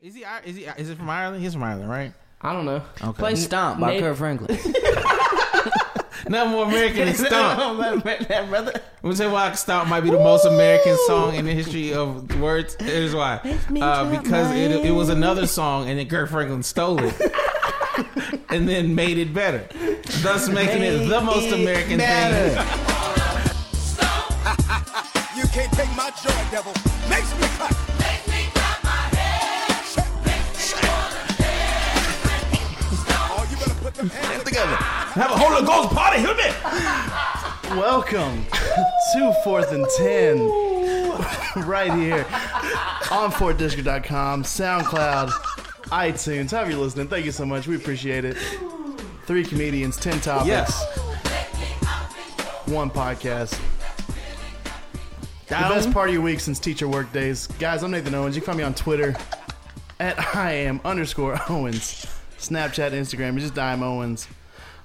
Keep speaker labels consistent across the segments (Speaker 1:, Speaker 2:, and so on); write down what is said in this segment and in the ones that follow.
Speaker 1: Is he? Ir- Is he? Is it from Ireland? He's from Ireland, right?
Speaker 2: I don't know.
Speaker 1: Okay.
Speaker 2: Play Stomp by
Speaker 3: Nate-
Speaker 2: Kurt Franklin.
Speaker 1: Nothing more American than Stomp.
Speaker 3: that brother.
Speaker 1: I'm gonna tell you why Stomp might be the most American song in the history of words. Here's why. Uh, because it, it was another song and then Kurt Franklin stole it. and then made it better. Thus making it the most American thing.
Speaker 4: You can't take my joy, devil. Makes me cut. Oh, you better put them hands together.
Speaker 1: Have a Holy Ghost party, hear me?
Speaker 3: Welcome to Fourth and Ten, right here on FourthDistrict.com, SoundCloud, iTunes. However you're listening, thank you so much. We appreciate it. Three comedians, ten topics,
Speaker 1: Yes.
Speaker 3: one podcast.
Speaker 1: Down.
Speaker 3: The best part of your week since teacher work days. Guys, I'm Nathan Owens. You can find me on Twitter at I am underscore Owens. Snapchat, Instagram, it's just Dime Owens.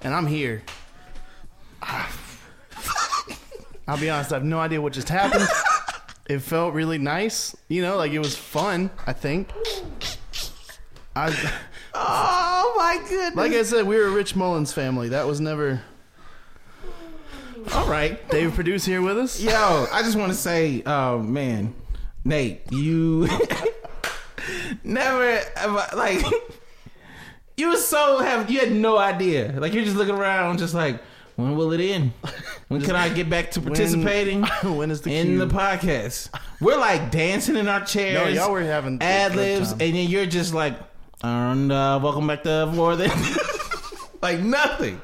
Speaker 3: And I'm here. Ah. I'll be honest, I have no idea what just happened. It felt really nice. You know, like it was fun, I think. I,
Speaker 1: Oh my goodness.
Speaker 3: like I said, we were a Rich Mullins family. That was never.
Speaker 1: All right.
Speaker 3: David Produce here with us.
Speaker 1: Yo, I just want to say, oh man, Nate, you never have, like you were so have you had no idea. Like you're just looking around, just like when will it end? When can I get back to participating
Speaker 3: when is the
Speaker 1: in
Speaker 3: cue?
Speaker 1: the podcast? We're like dancing in our chairs.
Speaker 3: y'all were having a good
Speaker 1: ad libs, and
Speaker 3: time.
Speaker 1: then you're just like, and uh, welcome back to more than like nothing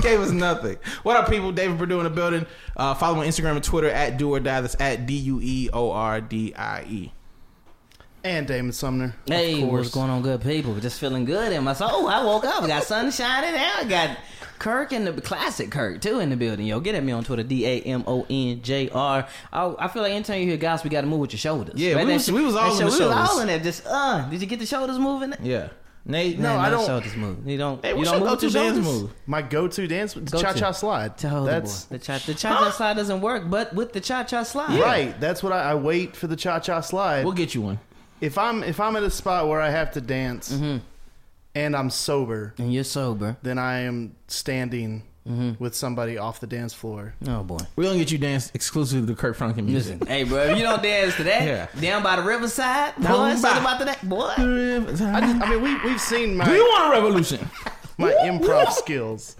Speaker 1: gave us nothing. What up, people? David Perdue in the building. Uh, follow me on Instagram and Twitter at Do or Die. That's at D U E O R D I E.
Speaker 3: And Damon Sumner. of
Speaker 2: Hey,
Speaker 3: course.
Speaker 2: what's going on, good people? Just feeling good in my soul. I woke up, got sun shining out, got Kirk in the classic Kirk too in the building. Yo, get at me on Twitter, D A M O N J R. I I feel like anytime you hear guys, we got to move with your shoulders.
Speaker 1: Yeah, we
Speaker 2: that
Speaker 1: was-
Speaker 2: shit-
Speaker 1: we was all
Speaker 2: that
Speaker 1: in
Speaker 2: shit-
Speaker 1: the
Speaker 2: We was all
Speaker 1: shoulders.
Speaker 2: in there. Just uh, did you get the shoulders moving?
Speaker 1: Yeah. Nate,
Speaker 3: No, I
Speaker 2: not
Speaker 3: don't-
Speaker 2: Shoulders move. You don't.
Speaker 1: Hey,
Speaker 2: you
Speaker 1: what's
Speaker 2: don't
Speaker 1: your go
Speaker 2: move
Speaker 1: to
Speaker 2: with your
Speaker 1: dance
Speaker 2: shoulders?
Speaker 1: move?
Speaker 3: My go-to dance, cha cha slide.
Speaker 2: Tell the boy.
Speaker 3: That's
Speaker 2: The cha the cha slide doesn't work, but with the cha cha slide,
Speaker 3: right. That's what I, I wait for the cha cha slide.
Speaker 1: We'll get you one.
Speaker 3: if I'm if I'm at a spot where I have to dance
Speaker 2: Mm-hmm.
Speaker 3: and I'm sober,
Speaker 2: And you're sober.
Speaker 3: then I am standing
Speaker 2: Mm-hmm.
Speaker 3: with somebody off the dance floor.
Speaker 2: Oh boy.
Speaker 1: We're going to get you dance exclusively to Kurt Franklin music.
Speaker 2: Listen, hey, bro, if you don't dance to that,
Speaker 1: Yeah.
Speaker 2: down by the riverside, boy,
Speaker 1: Down
Speaker 2: something
Speaker 1: by-
Speaker 2: about to that, boy.
Speaker 3: I,
Speaker 1: I
Speaker 3: just, I mean, we we've seen
Speaker 1: do you
Speaker 3: my
Speaker 1: want a revolution?
Speaker 3: my improv skills.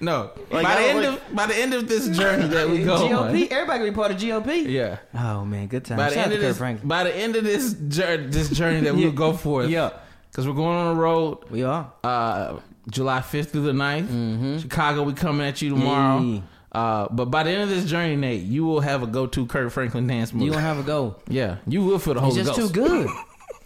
Speaker 1: No. by,
Speaker 3: Like, I
Speaker 1: the
Speaker 3: don't
Speaker 1: end
Speaker 3: like-
Speaker 1: of, by the end of this journey that we go
Speaker 2: GOP,
Speaker 1: on.
Speaker 2: everybody can be part of GOP.
Speaker 1: Yeah.
Speaker 2: Oh man, good time.
Speaker 1: By the,
Speaker 2: Shout
Speaker 1: end
Speaker 2: out to
Speaker 1: of
Speaker 2: Kurt
Speaker 1: this,
Speaker 2: Franklin.
Speaker 1: by the end of this journey, this journey that we'll go forth.
Speaker 2: Yeah.
Speaker 1: Because we're going on a road.
Speaker 2: We are.
Speaker 1: uh, July 5th through the 9th. Chicago, we coming at you tomorrow.
Speaker 2: Mm-hmm. Yeah.
Speaker 1: Uh, but by the end of this journey, Nate, you will have a go-to Kurt Franklin dance move.
Speaker 2: You gonna have a go?
Speaker 1: yeah, you will feel the Holy
Speaker 2: It's just
Speaker 1: Ghost.
Speaker 2: too good.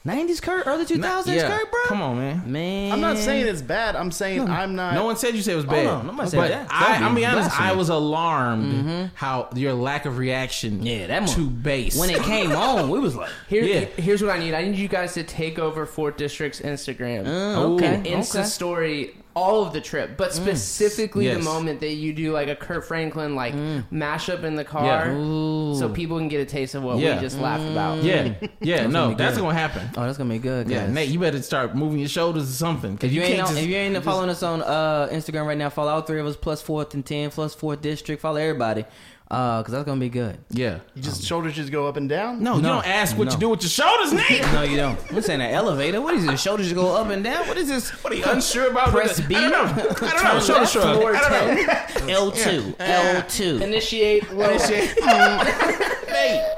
Speaker 2: Nineties Kurt, early two thousands
Speaker 1: yeah.
Speaker 2: Kurt, bro.
Speaker 1: Come on, man.
Speaker 2: man.
Speaker 3: I'm not saying it's bad. I'm saying I'm not.
Speaker 1: No one said you said it was bad.
Speaker 2: on, nobody said
Speaker 1: but
Speaker 2: that.
Speaker 1: I,
Speaker 2: That'd be
Speaker 1: I'm be honest.
Speaker 2: blasphemy.
Speaker 1: I was alarmed how your lack of reaction.
Speaker 2: Mm-hmm. Yeah, that mo-
Speaker 1: to bass
Speaker 2: when it came on, we was like,
Speaker 5: Here,
Speaker 1: Yeah.
Speaker 5: here's what I need. I need you guys to take over Fort District's Instagram.
Speaker 1: Oh,
Speaker 2: okay,
Speaker 5: An Insta
Speaker 2: okay.
Speaker 5: story all of the trip, but specifically
Speaker 1: Mm. Yes. Mm.
Speaker 5: the moment that you do like a Kurt Franklin like mashup in the
Speaker 1: Yeah.
Speaker 5: car, so people can get a taste of what
Speaker 1: Yeah. Mm.
Speaker 5: we just laughed about.
Speaker 1: yeah, yeah, no,
Speaker 2: gonna be
Speaker 1: that's
Speaker 2: good.
Speaker 1: gonna happen.
Speaker 2: oh, that's gonna be good.
Speaker 1: Yeah,
Speaker 2: guys.
Speaker 1: Nate, you better start moving your shoulders or something. Cause
Speaker 2: If you, ain't
Speaker 1: can't
Speaker 2: on,
Speaker 1: just,
Speaker 2: if you ain't following us on uh, Instagram right now, follow all three of us plus fourth and ten plus fourth district. Follow everybody, uh, cause that's gonna be good.
Speaker 1: yeah,
Speaker 3: You just shoulders just go up and down.
Speaker 1: no, you
Speaker 2: No,
Speaker 1: don't ask what
Speaker 2: no.
Speaker 1: you do with your shoulders, Nate.
Speaker 2: No, you don't. We're saying an elevator. What is this? Shoulders just go up and down. What is this?
Speaker 1: What are you unsure about?
Speaker 2: Press
Speaker 1: Oh, I don't
Speaker 2: B?
Speaker 1: know. I don't know.
Speaker 2: Turn
Speaker 1: Shoulder
Speaker 2: left,
Speaker 1: shrug.
Speaker 2: floor
Speaker 1: I don't know.
Speaker 2: L two, L two.
Speaker 5: Initiate. Low.
Speaker 1: That shit. Hey.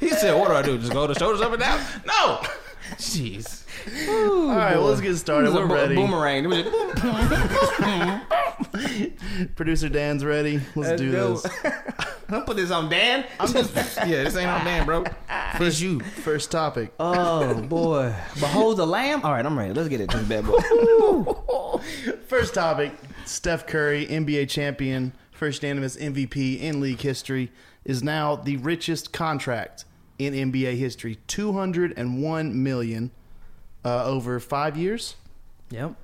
Speaker 1: He said, "What do I do? Just go the shoulders up and down?" No. Jeez.
Speaker 3: All right, well, let's get started. We're ready.
Speaker 2: boomerang. It was like, boom.
Speaker 3: Producer Dan's ready. Let's do
Speaker 5: go.
Speaker 3: this.
Speaker 2: Don't put this on Dan.
Speaker 3: I'm just
Speaker 1: Yeah, this ain't on man, bro. It's you.
Speaker 3: first topic.
Speaker 2: Oh boy! Behold the lamb. All right, I'm ready. Let's get it to the bad boy.
Speaker 3: First topic Steph Curry, NBA champion, first unanimous MVP in league history, is now the richest contract in NBA history. 201 million uh, over five years.
Speaker 2: yep.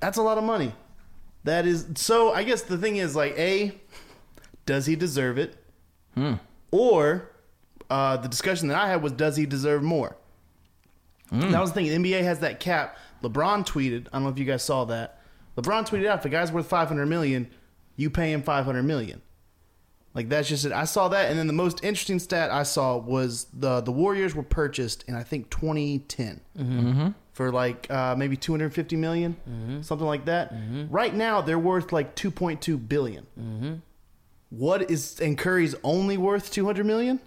Speaker 3: That's a lot of money. That is so. I guess the thing is like, a, does he deserve it? Or uh, the discussion that I had was, does he deserve more? That was the thing. The NBA has that cap. LeBron tweeted. I don't know if you guys saw that. LeBron tweeted out, "If a guy's worth 500 million, you pay him 500 million." Like that's just it. I saw that, and then the most interesting stat I saw was the the Warriors were purchased in I think 2010 for like uh, maybe 250 million,
Speaker 1: Mm-hmm.
Speaker 3: something like that. Right now they're worth like 2.2 billion.
Speaker 1: Mm-hmm.
Speaker 3: What is and Curry's only worth 200 million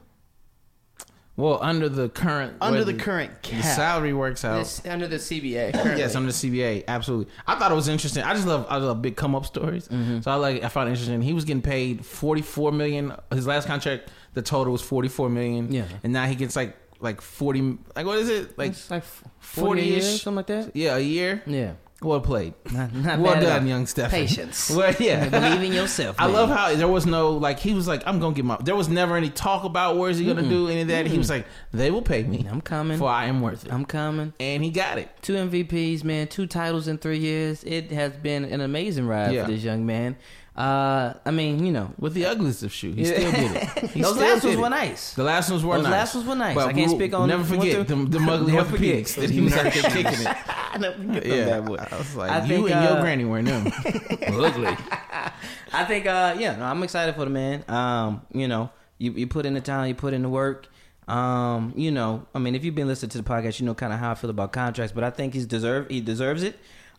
Speaker 1: Well, under the current
Speaker 3: under
Speaker 1: where
Speaker 3: the current
Speaker 1: the
Speaker 3: cap.
Speaker 1: salary works out.
Speaker 5: This, under the CBA. Currently.
Speaker 1: Yes, I'm the CBA. Absolutely. I thought it was interesting. I just love I love big come up stories.
Speaker 2: Mm-hmm.
Speaker 1: So I like I found it interesting. He was getting paid 44 million. His last contract, the total was 44 million.
Speaker 2: Yeah.
Speaker 1: and now he gets like like 40. Like what is it? Like
Speaker 2: It's like 40
Speaker 1: 40
Speaker 2: years,
Speaker 1: ish,
Speaker 2: something like that.
Speaker 1: Yeah, a year.
Speaker 2: Yeah.
Speaker 1: Well played.
Speaker 2: Not, not
Speaker 1: well
Speaker 2: bad at
Speaker 1: done,
Speaker 2: all.
Speaker 1: young Stephen.
Speaker 2: Patience.
Speaker 1: Well, yeah.
Speaker 2: Believe in yourself.
Speaker 1: I
Speaker 2: man.
Speaker 1: love how there was no like he was like I'm gonna get my. There was never any talk about where is he gonna do any of that. He was like they will pay me.
Speaker 2: I'm coming.
Speaker 1: for I am worth it.
Speaker 2: I'm coming.
Speaker 1: and he got it.
Speaker 2: Two MVPs, man. Two titles in three years. It has been an amazing ride
Speaker 1: Yeah.
Speaker 2: for this young man. Uh, I mean, you know,
Speaker 1: With the ugliest of shoe, he
Speaker 2: Yeah.
Speaker 1: still did it. He
Speaker 2: those
Speaker 1: still
Speaker 2: last
Speaker 1: did
Speaker 2: ones
Speaker 1: it.
Speaker 2: were nice.
Speaker 1: The last ones were
Speaker 2: Those
Speaker 1: nice.
Speaker 2: last ones were nice. I can't
Speaker 1: we'll
Speaker 2: speak on
Speaker 1: Never
Speaker 2: one through-
Speaker 1: forget them, them ugly
Speaker 2: Never
Speaker 1: hella
Speaker 2: forget.
Speaker 1: pigs that he was out there kicking it.
Speaker 2: I never forget them
Speaker 1: Yeah,
Speaker 2: bad boys.
Speaker 1: I was like,
Speaker 2: I
Speaker 1: you
Speaker 2: think,
Speaker 1: and
Speaker 2: uh,
Speaker 1: your granny were them. ugly.
Speaker 2: I think uh yeah, no, I'm excited for the man. Um, you know, you, you put in the time, you put in the work. Um, you know, I mean, if you've been listening to the podcast, you know kind of how I feel about contracts, but I think he's deserve he deserves it.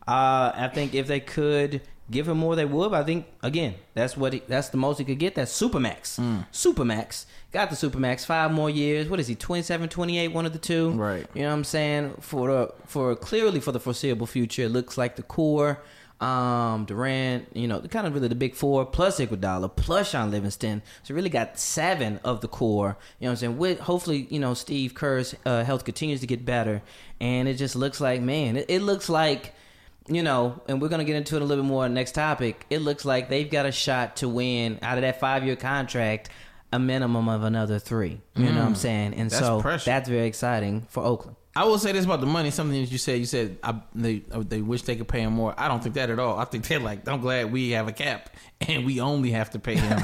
Speaker 2: Uh, I think if they could give him more, they would. But I think again, that's what he, that's the most he could get. That's supermax. Supermax got the supermax. Five more years. What is he? 27, 28, one of the two.
Speaker 1: Right.
Speaker 2: You know what I'm saying? For the for clearly for the foreseeable future, it looks like the core, um, Durant, you know, kind of really the big four plus Iguodala plus Sean Livingston. So really got seven of the core. You know what I'm saying? With hopefully, you know, Steve Kerr's uh, health continues to get better, and it just looks like man, it, it looks like. You know, and we're gonna get into it a little bit more next topic. It looks like they've got a shot to win out of that five year contract, a minimum of another three. You know what I'm saying? And
Speaker 1: Mm. That's
Speaker 2: so
Speaker 1: pressure.
Speaker 2: that's very exciting for Oakland.
Speaker 1: I will say this about the money. Something that you said, you said I, they uh, they wish they could pay him more. I don't think that at all. I think they're like, I'm glad we have a cap and we only have to pay him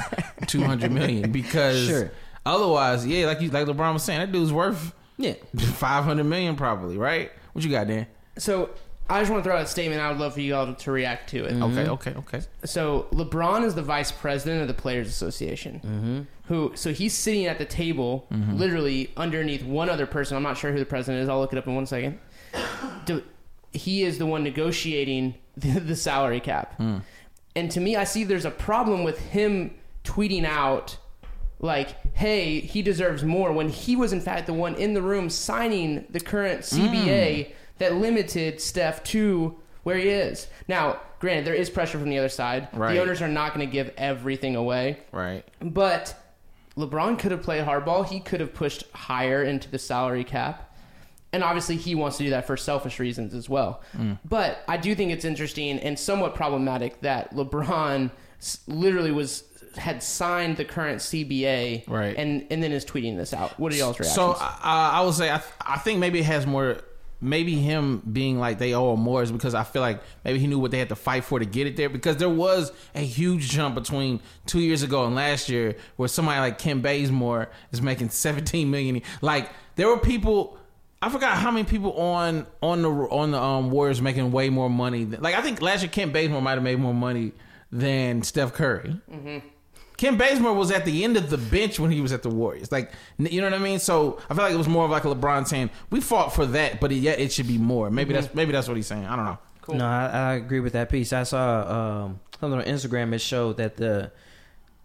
Speaker 1: two hundred million because
Speaker 2: Sure.
Speaker 1: otherwise, yeah, like you like LeBron was saying, that dude's worth
Speaker 2: Yeah.
Speaker 1: five hundred million probably, right? What you got, Dan?
Speaker 5: So I just want to throw out a statement. I would love for you all to react to it.
Speaker 2: Mm-hmm.
Speaker 1: Okay, okay, okay.
Speaker 5: So LeBron is the vice president of the Players Association. Mm-hmm. Who? So he's sitting at the table, literally underneath one other person. I'm not sure who the president is. I'll look it up in one second. Do- he is the one negotiating the, the salary cap. And to me, I see there's a problem with him tweeting out like, "Hey, he deserves more," when he was in fact the one in the room signing the current CBA that limited Steph to where he is. Now, granted, there is pressure from the other side.
Speaker 1: Right.
Speaker 5: The owners are not going to give everything away.
Speaker 1: Right.
Speaker 5: But LeBron could have played hardball. He could have pushed higher into the salary cap. And obviously, he wants to do that for selfish reasons as well. But I do think it's interesting and somewhat problematic that LeBron s- literally was had signed the current CBA,
Speaker 1: Right.
Speaker 5: And and then is tweeting this out. What are y'all's reactions?
Speaker 1: So uh, I would say I, th- I think maybe it has more. Maybe him being like they owe him more is because I feel like maybe he knew what they had to fight for to get it there because there was a huge jump between two years ago and last year where somebody like Kim Bazemore is making seventeen million. Like there were people. I forgot how many people on on the on the um, Warriors making way more money. Than, like I think last year Kim Bazemore might have made more money than Steph Curry. Kim Bazemore was at the end of the bench when he was at the Warriors. Like, n- you know what I mean? So I feel like it was more of like a LeBron saying, "We fought for that, but it, yet it should be more." Maybe that's maybe that's what he's saying. I don't know.
Speaker 2: No, I, I agree with that piece. I saw um, something on Instagram that showed that the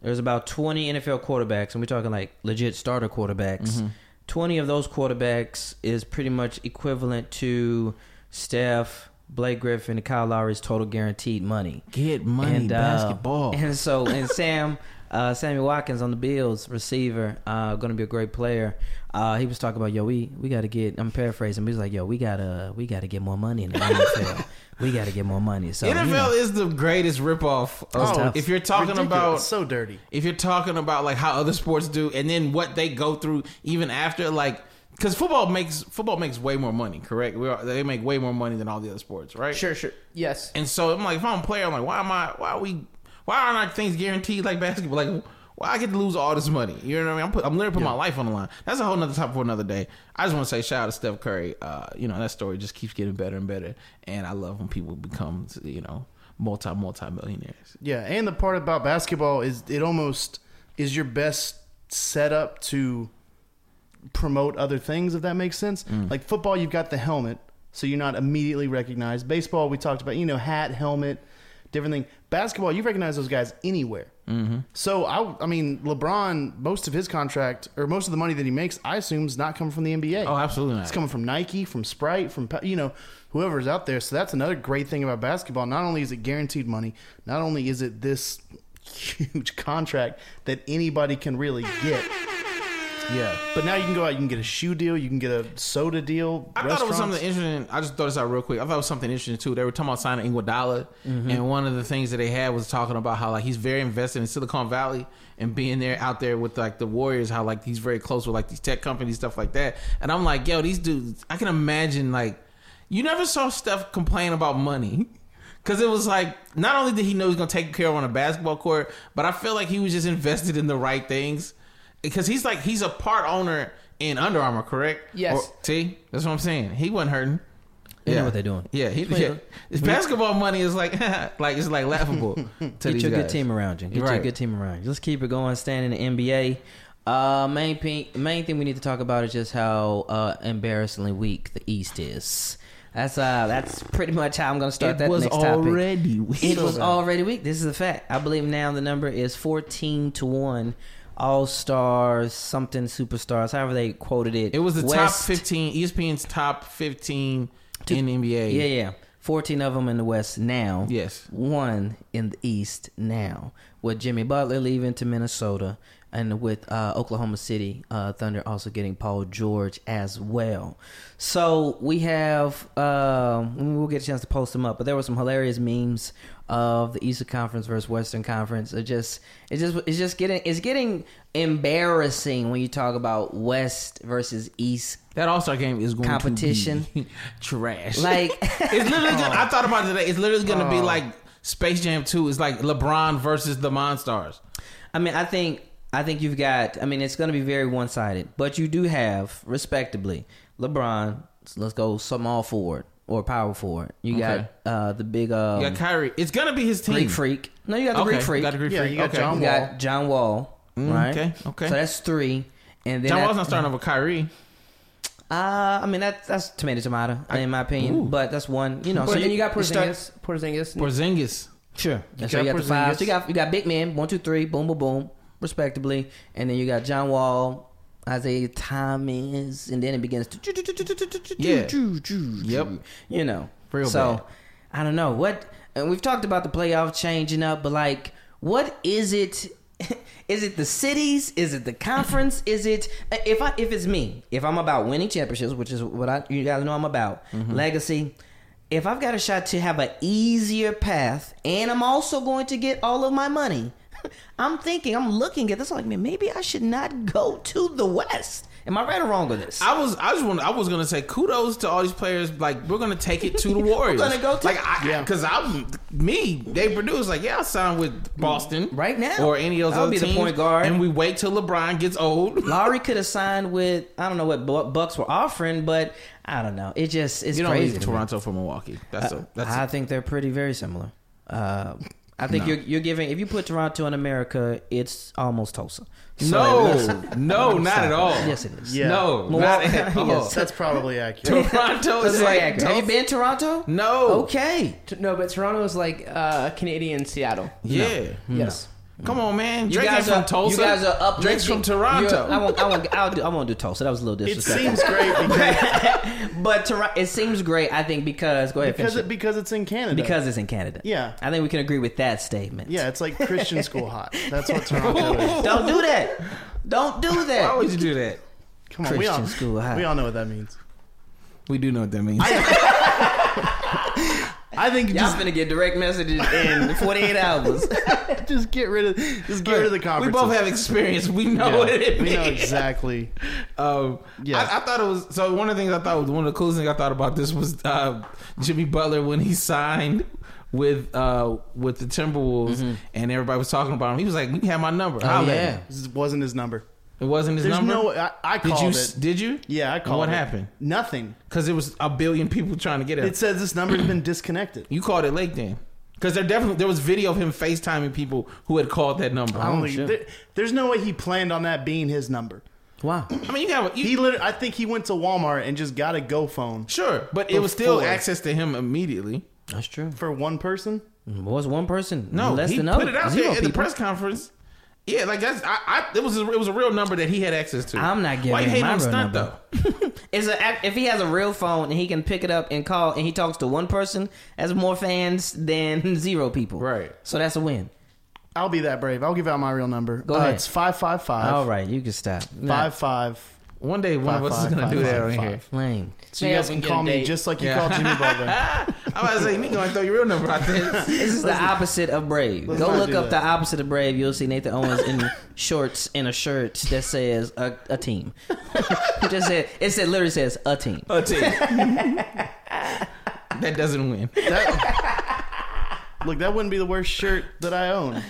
Speaker 2: there's about 20 NFL quarterbacks, and we're talking like legit starter quarterbacks. 20 of those quarterbacks is pretty much equivalent to Steph, Blake Griffin, and Kyle Lowry's total guaranteed money.
Speaker 1: Get money,
Speaker 2: uh,
Speaker 1: basketball.
Speaker 2: And so, and Sam, uh, Sammy Watkins on the Bills, receiver, uh, going to be a great player. Uh, he was talking about, yo, we, we got to get. I'm paraphrasing. But he was like, yo, we gotta we gotta get more money in the NFL. we gotta get more money. So you
Speaker 1: NFL
Speaker 2: know.
Speaker 1: is the greatest ripoff.
Speaker 2: tough.
Speaker 1: Of, if you're talking
Speaker 3: Ridiculous.
Speaker 1: about
Speaker 3: so dirty.
Speaker 1: if you're talking about like how other sports do and then what they go through even after like because football makes football makes way more money correct we are, they make way more money than all the other sports right
Speaker 5: sure, sure, yes.
Speaker 1: and so i'm like if i'm a player i'm like why am i why are we why aren't our things guaranteed like basketball like Well, I get to lose all this money. You know what I mean? I'm, put, I'm literally putting my life on the line. That's a whole nother topic for another day. I just want to say shout out to Steph Curry. Uh, you know that story just keeps getting better and better, and I love when people become you know multi multi millionaires.
Speaker 3: Yeah, and the part about basketball is it almost is your best setup to promote other things, if that makes sense. Like football, you've got the helmet, so you're not immediately recognized. Baseball, we talked about, you know, hat, helmet, different thing. Basketball, you recognize those guys anywhere. Mm-hmm. So I, I mean, LeBron, most of his contract or most of the money that he makes, I assume, is not coming from the NBA.
Speaker 1: Oh, absolutely not.
Speaker 3: It's coming from Nike, from Sprite, from you know whoever's out there. So that's another great thing about basketball. Not only is it guaranteed money, not only is it this huge contract that anybody can really get. Yeah, but now you can go out. You can get a shoe deal. You can get a soda deal.
Speaker 1: I thought it was
Speaker 3: restaurants.
Speaker 1: something interesting. I just thought this out real quick. I thought it was something interesting too. They were talking about signing Iguodala, and one of the things that they had was talking about how like he's very invested in Silicon Valley and being there out there with like the Warriors. How like he's very close with like these tech companies stuff like that. And I'm like, yo, these dudes. I can imagine like you never saw Steph complain about money. Cause it was like not only did he know he's gonna take care of on a basketball court, but I feel like he was just invested in the right things. Because he's like he's a part owner in Under Armour, correct?
Speaker 5: Yes.
Speaker 1: see, that's what I'm saying. He wasn't hurting.
Speaker 2: You know what they're doing.
Speaker 1: Yeah, he, yeah. His basketball money is like, like it's like laughable. To
Speaker 2: Get
Speaker 1: these
Speaker 2: your good
Speaker 1: guys.
Speaker 2: team around you. Get your
Speaker 1: Right.
Speaker 2: good team around you. Let's keep it going. Staying in the NBA. Uh, main pe- main thing we need to talk about is just how uh, embarrassingly weak the East is. That's uh, that's pretty much how I'm gonna start
Speaker 1: It
Speaker 2: that
Speaker 1: was
Speaker 2: next topic.
Speaker 1: already weak.
Speaker 2: It was already weak. This is a fact. I believe now the number is 14 to one. All stars, something superstars, however they quoted it.
Speaker 1: It was the top E
Speaker 2: West-
Speaker 1: 15, ESPN's top 15 in the NBA.
Speaker 2: Yeah, yeah. 14 of them in the West now.
Speaker 1: Yes.
Speaker 2: One in the East now. With Jimmy Butler leaving to Minnesota and with uh, Oklahoma City uh, Thunder also getting Paul George as well. So we have, um we'll get a chance to post them up, but there were some hilarious memes of the Eastern Conference versus Western Conference. It just, it just, it's just getting, it's getting embarrassing when you talk about West versus East
Speaker 1: That All Star game is going
Speaker 2: Competition.
Speaker 1: to be trash.
Speaker 2: Like- Oh.
Speaker 1: it's literally. Gonna, I thought about it today. It's literally going to be like Space Jam Two. It's like LeBron versus the Monstars.
Speaker 2: I mean, I think I think you've got. I mean, it's going to be very one sided, but you do have, respectably, LeBron. Let's go small forward or power forward. You
Speaker 1: Okay.
Speaker 2: got uh, the big um,
Speaker 1: You got Kyrie. It's going to be his team.
Speaker 2: Greek freak. No, you got the
Speaker 1: Okay,
Speaker 2: Greek freak.
Speaker 1: Got the Greek
Speaker 3: Yeah,
Speaker 1: freak.
Speaker 3: you got
Speaker 1: okay.
Speaker 3: John
Speaker 2: you
Speaker 3: Wall.
Speaker 2: got John Wall.
Speaker 1: Mm,
Speaker 2: right?
Speaker 1: okay, okay.
Speaker 2: So that's three. And then
Speaker 1: John
Speaker 2: I-
Speaker 1: Wall's not starting over Kyrie.
Speaker 2: Uh, I mean that that's tomato tomato in my opinion, but that's one. You know,
Speaker 5: So
Speaker 2: so
Speaker 5: then you got
Speaker 2: you start-
Speaker 5: Porzingis. Porzingis.
Speaker 1: Porzingis.
Speaker 2: Sure. And so
Speaker 3: got
Speaker 2: you got the five.
Speaker 3: Porzingis.
Speaker 2: So you got you got big men, one, two, three, boom, boom, boom, respectively. And then you got John Wall, Isaiah Thomas, and then it begins to
Speaker 1: Yeah.
Speaker 2: Yep. You know.
Speaker 1: Real
Speaker 2: so
Speaker 1: bad.
Speaker 2: I don't know. What and we've talked about the playoff changing up, but like what is it is it the cities? Is it the conference? Is it if I if it's me, if I'm about winning championships, which is what I you guys know I'm about,
Speaker 1: Mm-hmm.
Speaker 2: legacy. If I've got a shot to have an easier path and I'm also going to get all of my money, I'm thinking, I'm looking at this like, man, maybe I should not go to the West. Am I right or wrong with this?
Speaker 1: I was I just want I was gonna say kudos to all these players. Like we're gonna take it to the Warriors.
Speaker 2: gonna go to-
Speaker 1: like I,
Speaker 3: Yeah.
Speaker 1: because I'm me. They produce like yeah, I'll sign with Boston
Speaker 2: Right now.
Speaker 1: or any of those
Speaker 2: I'll
Speaker 1: other
Speaker 2: be the
Speaker 1: teams,
Speaker 2: point guard.
Speaker 1: and we wait till LeBron gets old.
Speaker 2: Lowry could have signed with I don't know what Bu- Bucks were offering, but I don't know. It just it's
Speaker 1: You don't
Speaker 2: crazy.
Speaker 1: leave
Speaker 2: to me.
Speaker 1: Toronto for Milwaukee. That's a, that's
Speaker 2: I
Speaker 1: a,
Speaker 2: think they're pretty very similar. Uh, I think you're you're giving if you put Toronto in America, it's almost Tulsa. So it looks-
Speaker 1: no, no, not at all.
Speaker 2: Yes, it is.
Speaker 3: Yeah.
Speaker 1: No, not
Speaker 2: Milwaukee-
Speaker 1: at all.
Speaker 2: Yes.
Speaker 3: That's probably accurate.
Speaker 1: Toronto
Speaker 2: It's
Speaker 1: is
Speaker 2: like,
Speaker 1: like
Speaker 2: have you been to Toronto?
Speaker 1: no.
Speaker 2: Okay.
Speaker 5: T- No, but Toronto is like uh, Canadian Seattle.
Speaker 1: Yeah.
Speaker 5: Yes.
Speaker 1: Come on, man.
Speaker 2: You
Speaker 1: Drake ain't
Speaker 2: guys
Speaker 1: from
Speaker 2: are
Speaker 1: Tulsa.
Speaker 2: You guys are up.
Speaker 1: Drake's from Toronto.
Speaker 2: I won't. I won't. I'll do, I won't do Tulsa. That was a little
Speaker 3: it
Speaker 2: disrespectful.
Speaker 3: seems great because,
Speaker 2: but Tor- it seems great. I think because go ahead.
Speaker 3: because
Speaker 2: finish
Speaker 3: it because it's in Canada.
Speaker 2: Because it's in Canada.
Speaker 3: Yeah.
Speaker 2: I think we can agree with that statement.
Speaker 3: yeah, it's like Christian school hot. That's what Toronto is.
Speaker 2: Don't do that. Don't do
Speaker 1: Why
Speaker 2: that.
Speaker 1: would you do that?
Speaker 3: Come on, we all,
Speaker 2: Christian school hot.
Speaker 3: We all know what that means.
Speaker 1: We do know what that means.
Speaker 3: I think you
Speaker 2: Y'all
Speaker 3: just
Speaker 2: finna get direct messages in 48 hours.
Speaker 3: just get rid of just get rid of the
Speaker 1: we
Speaker 3: conference.
Speaker 1: both have experience. We know what it
Speaker 3: we
Speaker 1: means.
Speaker 3: know exactly.
Speaker 1: Um,
Speaker 3: Yeah.
Speaker 1: I, I thought it was so. One of the things I thought was one of the coolest things I thought about this was uh, Jimmy Butler when he signed with uh with the Timberwolves, and everybody was talking about him. He was like, "You have my number." Holla at
Speaker 2: yeah.
Speaker 1: me."
Speaker 3: This wasn't his number.
Speaker 1: it wasn't his
Speaker 3: There's
Speaker 1: number.
Speaker 3: no. I, I
Speaker 1: did
Speaker 3: called
Speaker 1: you?
Speaker 3: it.
Speaker 1: Did you?
Speaker 3: yeah, I
Speaker 1: And
Speaker 3: called
Speaker 1: What
Speaker 3: it.
Speaker 1: happened?
Speaker 3: Nothing.
Speaker 1: Because it was a billion people trying to get at him.
Speaker 3: It says this number's been disconnected.
Speaker 1: You called it late then, because there definitely there was video of him FaceTiming people who had called that number.
Speaker 3: I
Speaker 1: I,
Speaker 3: don't think, there, there's no way he planned on that being his number.
Speaker 2: Why?
Speaker 1: mean, you got you,
Speaker 3: He literally, I think he went to Walmart and just got a Go phone
Speaker 1: sure, but it was still
Speaker 3: Before.
Speaker 1: access to him immediately.
Speaker 2: That's true.
Speaker 3: for one person.
Speaker 2: Well, it's one person.
Speaker 1: No,
Speaker 2: less
Speaker 1: he
Speaker 2: than
Speaker 1: put
Speaker 2: other.
Speaker 1: it out
Speaker 2: Zero
Speaker 1: there at the
Speaker 2: people.
Speaker 1: press conference. Yeah, like that's I, I it was a, it was a real number that he had access to.
Speaker 2: I'm not giving
Speaker 1: Why you
Speaker 2: him
Speaker 1: hating
Speaker 2: my
Speaker 1: on
Speaker 2: real
Speaker 1: stunt
Speaker 2: number.
Speaker 1: though?
Speaker 2: It's a, if he has a real phone and he can pick it up and call and he talks to one person, that's more fans than zero people.
Speaker 1: Right.
Speaker 2: So that's a win.
Speaker 3: I'll be that brave. I'll give out my real number. Uh,
Speaker 2: Go ahead.
Speaker 3: It's five five five.
Speaker 2: All right, you can stop. Nah,
Speaker 3: Five five.
Speaker 1: One day, one
Speaker 3: Five,
Speaker 1: of us
Speaker 3: five,
Speaker 1: is gonna
Speaker 3: five,
Speaker 1: do that
Speaker 3: five,
Speaker 1: on
Speaker 3: five.
Speaker 1: here.
Speaker 2: lame.
Speaker 3: So you
Speaker 5: Yeah,
Speaker 3: guys
Speaker 5: we
Speaker 3: can
Speaker 5: can get
Speaker 3: call
Speaker 5: a
Speaker 3: me
Speaker 5: date.
Speaker 3: just like you
Speaker 1: Yeah.
Speaker 3: called Jimmy Butler.
Speaker 1: I'm about to say, Nick, gonna throw your reil number out there.
Speaker 2: This is the opposite of brave.
Speaker 3: let's
Speaker 2: Go
Speaker 3: not
Speaker 2: look
Speaker 3: do
Speaker 2: up
Speaker 3: that.
Speaker 2: the opposite of brave. You'll see Nathan Owens in shorts and a shirt that says a, a team. it just said it said literally says a team.
Speaker 1: A team. that doesn't win.
Speaker 3: Look, that wouldn't be the worst shirt that I own.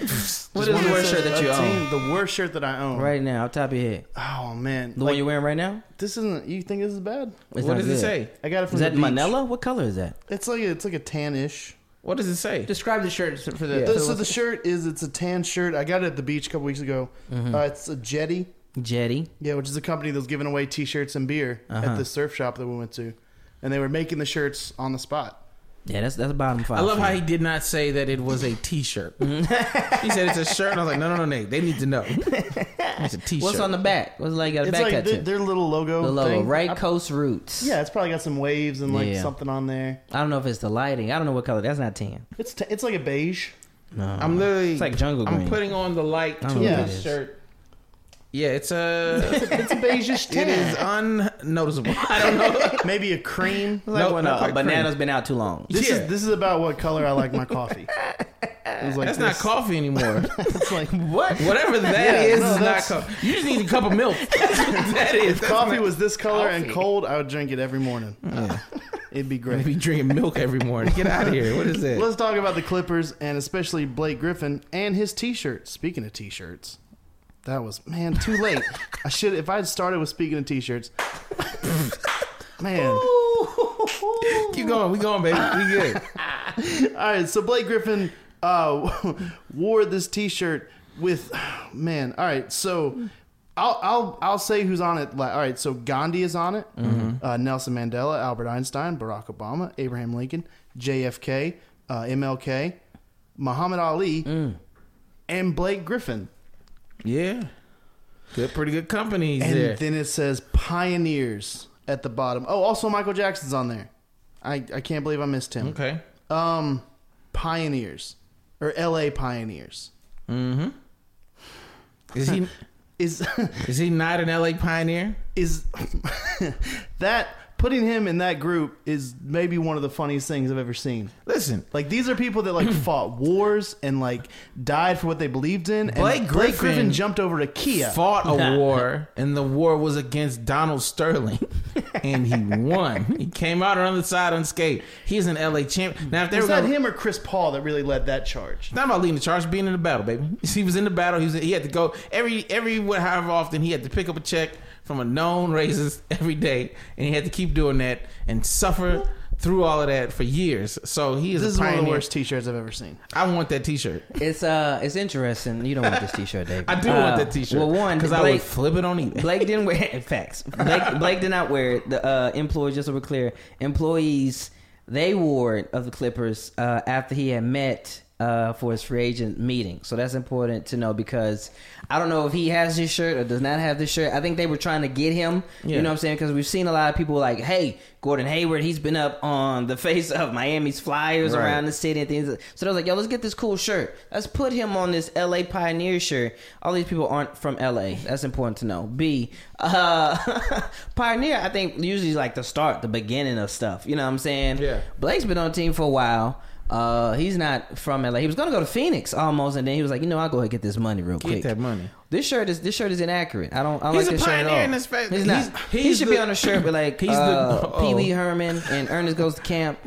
Speaker 2: What is the worst
Speaker 3: It
Speaker 2: shirt
Speaker 3: says
Speaker 2: that you
Speaker 3: a team,
Speaker 2: own?
Speaker 3: The worst shirt that I own.
Speaker 2: Right now, off the top of your head,
Speaker 3: Oh man,
Speaker 2: the one you're wearing right now.
Speaker 3: this isn't. You think this is bad?
Speaker 2: It's
Speaker 1: what
Speaker 2: not
Speaker 1: does it
Speaker 2: good.
Speaker 1: say?
Speaker 3: I got it from
Speaker 2: Is
Speaker 3: the
Speaker 2: that
Speaker 3: beach.
Speaker 2: Manila? What color is that?
Speaker 3: It's like a, it's like a tanish.
Speaker 1: What does it say?
Speaker 5: Describe the shirt for the.
Speaker 3: The- so the shirt is it's a tan shirt. I got it at the beach a couple weeks ago.
Speaker 2: Mm-hmm.
Speaker 3: Uh, it's a Jetty,
Speaker 2: Jetty.
Speaker 3: yeah, which is a company that was giving away T-shirts and beer
Speaker 2: Uh-huh.
Speaker 3: at the surf shop that we went to, and they were making the shirts on the spot.
Speaker 2: Yeah, that's that's bottom five.
Speaker 1: I love
Speaker 2: for
Speaker 1: how
Speaker 2: me.
Speaker 1: he did not say that it was a T-shirt. he said it's a shirt, and I was like, no, no, no, Nate, they need to know. It's a T-shirt.
Speaker 2: What's on the back? What's like got a
Speaker 3: It's
Speaker 2: back
Speaker 3: like
Speaker 2: cut
Speaker 3: the,
Speaker 2: to?
Speaker 3: their little logo.
Speaker 2: The logo,
Speaker 3: thing.
Speaker 2: right
Speaker 3: I-
Speaker 2: coast roots.
Speaker 3: yeah, it's probably got some waves and like
Speaker 2: Yeah.
Speaker 3: something on there.
Speaker 2: I don't know if it's the lighting. I don't know what color. That's not tan.
Speaker 3: It's t- it's like a beige.
Speaker 2: No.
Speaker 1: I'm literally.
Speaker 2: It's like jungle
Speaker 1: I'm
Speaker 2: green.
Speaker 1: putting on the light
Speaker 2: I
Speaker 1: to
Speaker 2: don't
Speaker 3: know what
Speaker 1: his
Speaker 2: it is.
Speaker 1: shirt. Yeah, it's a.
Speaker 3: It's a beigeish
Speaker 1: it
Speaker 3: tan.
Speaker 1: is unnoticeable. I don't know.
Speaker 3: Maybe a cream.
Speaker 1: No,
Speaker 2: no,
Speaker 1: not
Speaker 2: no,
Speaker 1: quite
Speaker 2: a banana's been out too long.
Speaker 3: This
Speaker 1: Yeah.
Speaker 3: is this is about what color I like my coffee. It was like
Speaker 1: That's not
Speaker 3: this.
Speaker 1: coffee anymore.
Speaker 3: It's like
Speaker 2: What?
Speaker 1: Whatever
Speaker 3: Yeah,
Speaker 1: that is
Speaker 3: no,
Speaker 1: is not
Speaker 3: that's-
Speaker 1: coffee. You just need a cup of milk. That's what that is. That's
Speaker 3: coffee
Speaker 1: not-
Speaker 3: was this color and
Speaker 2: Coffee.
Speaker 3: cold, I would drink it every morning. It'd be
Speaker 1: I'd
Speaker 3: great.
Speaker 1: be drinking milk every morning. Get out of here. What is that?
Speaker 3: Let's talk about the Clippers and especially Blake Griffin and his T-shirt. Speaking of T-shirts, that was man too late. I should if I had started with speaking of T-shirts. man, all
Speaker 1: Keep going. We going, baby. We good.
Speaker 3: right. So Blake Griffin uh, wore this T-shirt with man. All right, so. I'll, I'll I'll say who's on it. la- All right, so Gandhi is on it. Uh, Nelson Mandela, Albert Einstein, Barack Obama, Abraham Lincoln, JFK, uh, MLK, Muhammad Ali, and Blake Griffin.
Speaker 1: Yeah. Good, pretty good companies
Speaker 3: And
Speaker 1: there.
Speaker 3: then it says pioneers at the bottom. Oh, also Michael Jackson's on there. I, I can't believe I missed him.
Speaker 1: okay.
Speaker 3: Um, pioneers or L.A. pioneers
Speaker 1: Is he
Speaker 3: is
Speaker 1: is he not an LA pioneer?
Speaker 3: is that putting him in that group is maybe one of the funniest things I've ever seen.
Speaker 1: Listen,
Speaker 3: Like these are people that like fought wars and like died for what they believed in.
Speaker 1: Blake
Speaker 3: and Blake Griffin
Speaker 1: Griffin
Speaker 3: jumped over to Kia.
Speaker 1: fought a war, and the war was against Donald Sterling, and he won. He came out on the side unscathed. He's an LA champion. Now, if they
Speaker 3: Is
Speaker 1: were
Speaker 3: that
Speaker 1: gonna,
Speaker 3: him or Chris Paul that really led that charge?
Speaker 1: It's not about leading the charge, being in the battle, baby. He was in the battle. He was. He had to go every every what- however often he had to pick up a check from a known racist every day, and he had to keep doing that and suffer through all of that for years. So he is
Speaker 3: This
Speaker 1: a
Speaker 3: is one
Speaker 1: pioneer.
Speaker 3: of the worst T-shirts I've ever seen.
Speaker 1: I want that T-shirt.
Speaker 2: It's uh, it's interesting. You don't want this T-shirt, David.
Speaker 1: I do
Speaker 2: Uh,
Speaker 1: want that T-shirt.
Speaker 2: Well, one
Speaker 1: because
Speaker 2: because
Speaker 1: I
Speaker 2: Blake,
Speaker 1: would flip it on either.
Speaker 2: Blake didn't wear it. Facts. Blake, Blake did not wear it. The uh, employees, just so we're clear, employees they wore it of the Clippers uh, after he had met uh, for his free agent meeting. So that's important to know because I don't know if he has this shirt or does not have this shirt. I think they were trying to get him.
Speaker 1: Yeah.
Speaker 2: You know what I'm saying? Because we've seen a lot of people like, hey, Gordon Hayward, he's been up on the face of Miami's Flyers
Speaker 1: Right.
Speaker 2: around the city and things. So I was like, yo, let's get this cool shirt. Let's put him on this LA Pioneer shirt. All these people aren't from LA. That's important to know. B, uh, Pioneer, I think usually is like the start, the beginning of stuff. You know what I'm saying?
Speaker 1: Yeah.
Speaker 2: Blake's been on the team for a while. Uh, he's not from LA. He was gonna go to Phoenix almost, and then he was like, you know, I'll go ahead and get this money real quick.
Speaker 1: that money.
Speaker 2: This shirt is this shirt is inaccurate. I don't. I don't
Speaker 1: He's
Speaker 2: like
Speaker 1: a
Speaker 2: this shirt at
Speaker 1: pioneer
Speaker 2: all.
Speaker 1: in this fa-
Speaker 2: He's not.
Speaker 1: he's-
Speaker 2: he
Speaker 1: he's
Speaker 2: should be
Speaker 1: the-
Speaker 2: on a shirt with like
Speaker 1: He's the-
Speaker 2: uh,
Speaker 1: oh.
Speaker 2: Pee Wee Herman and Ernest goes to camp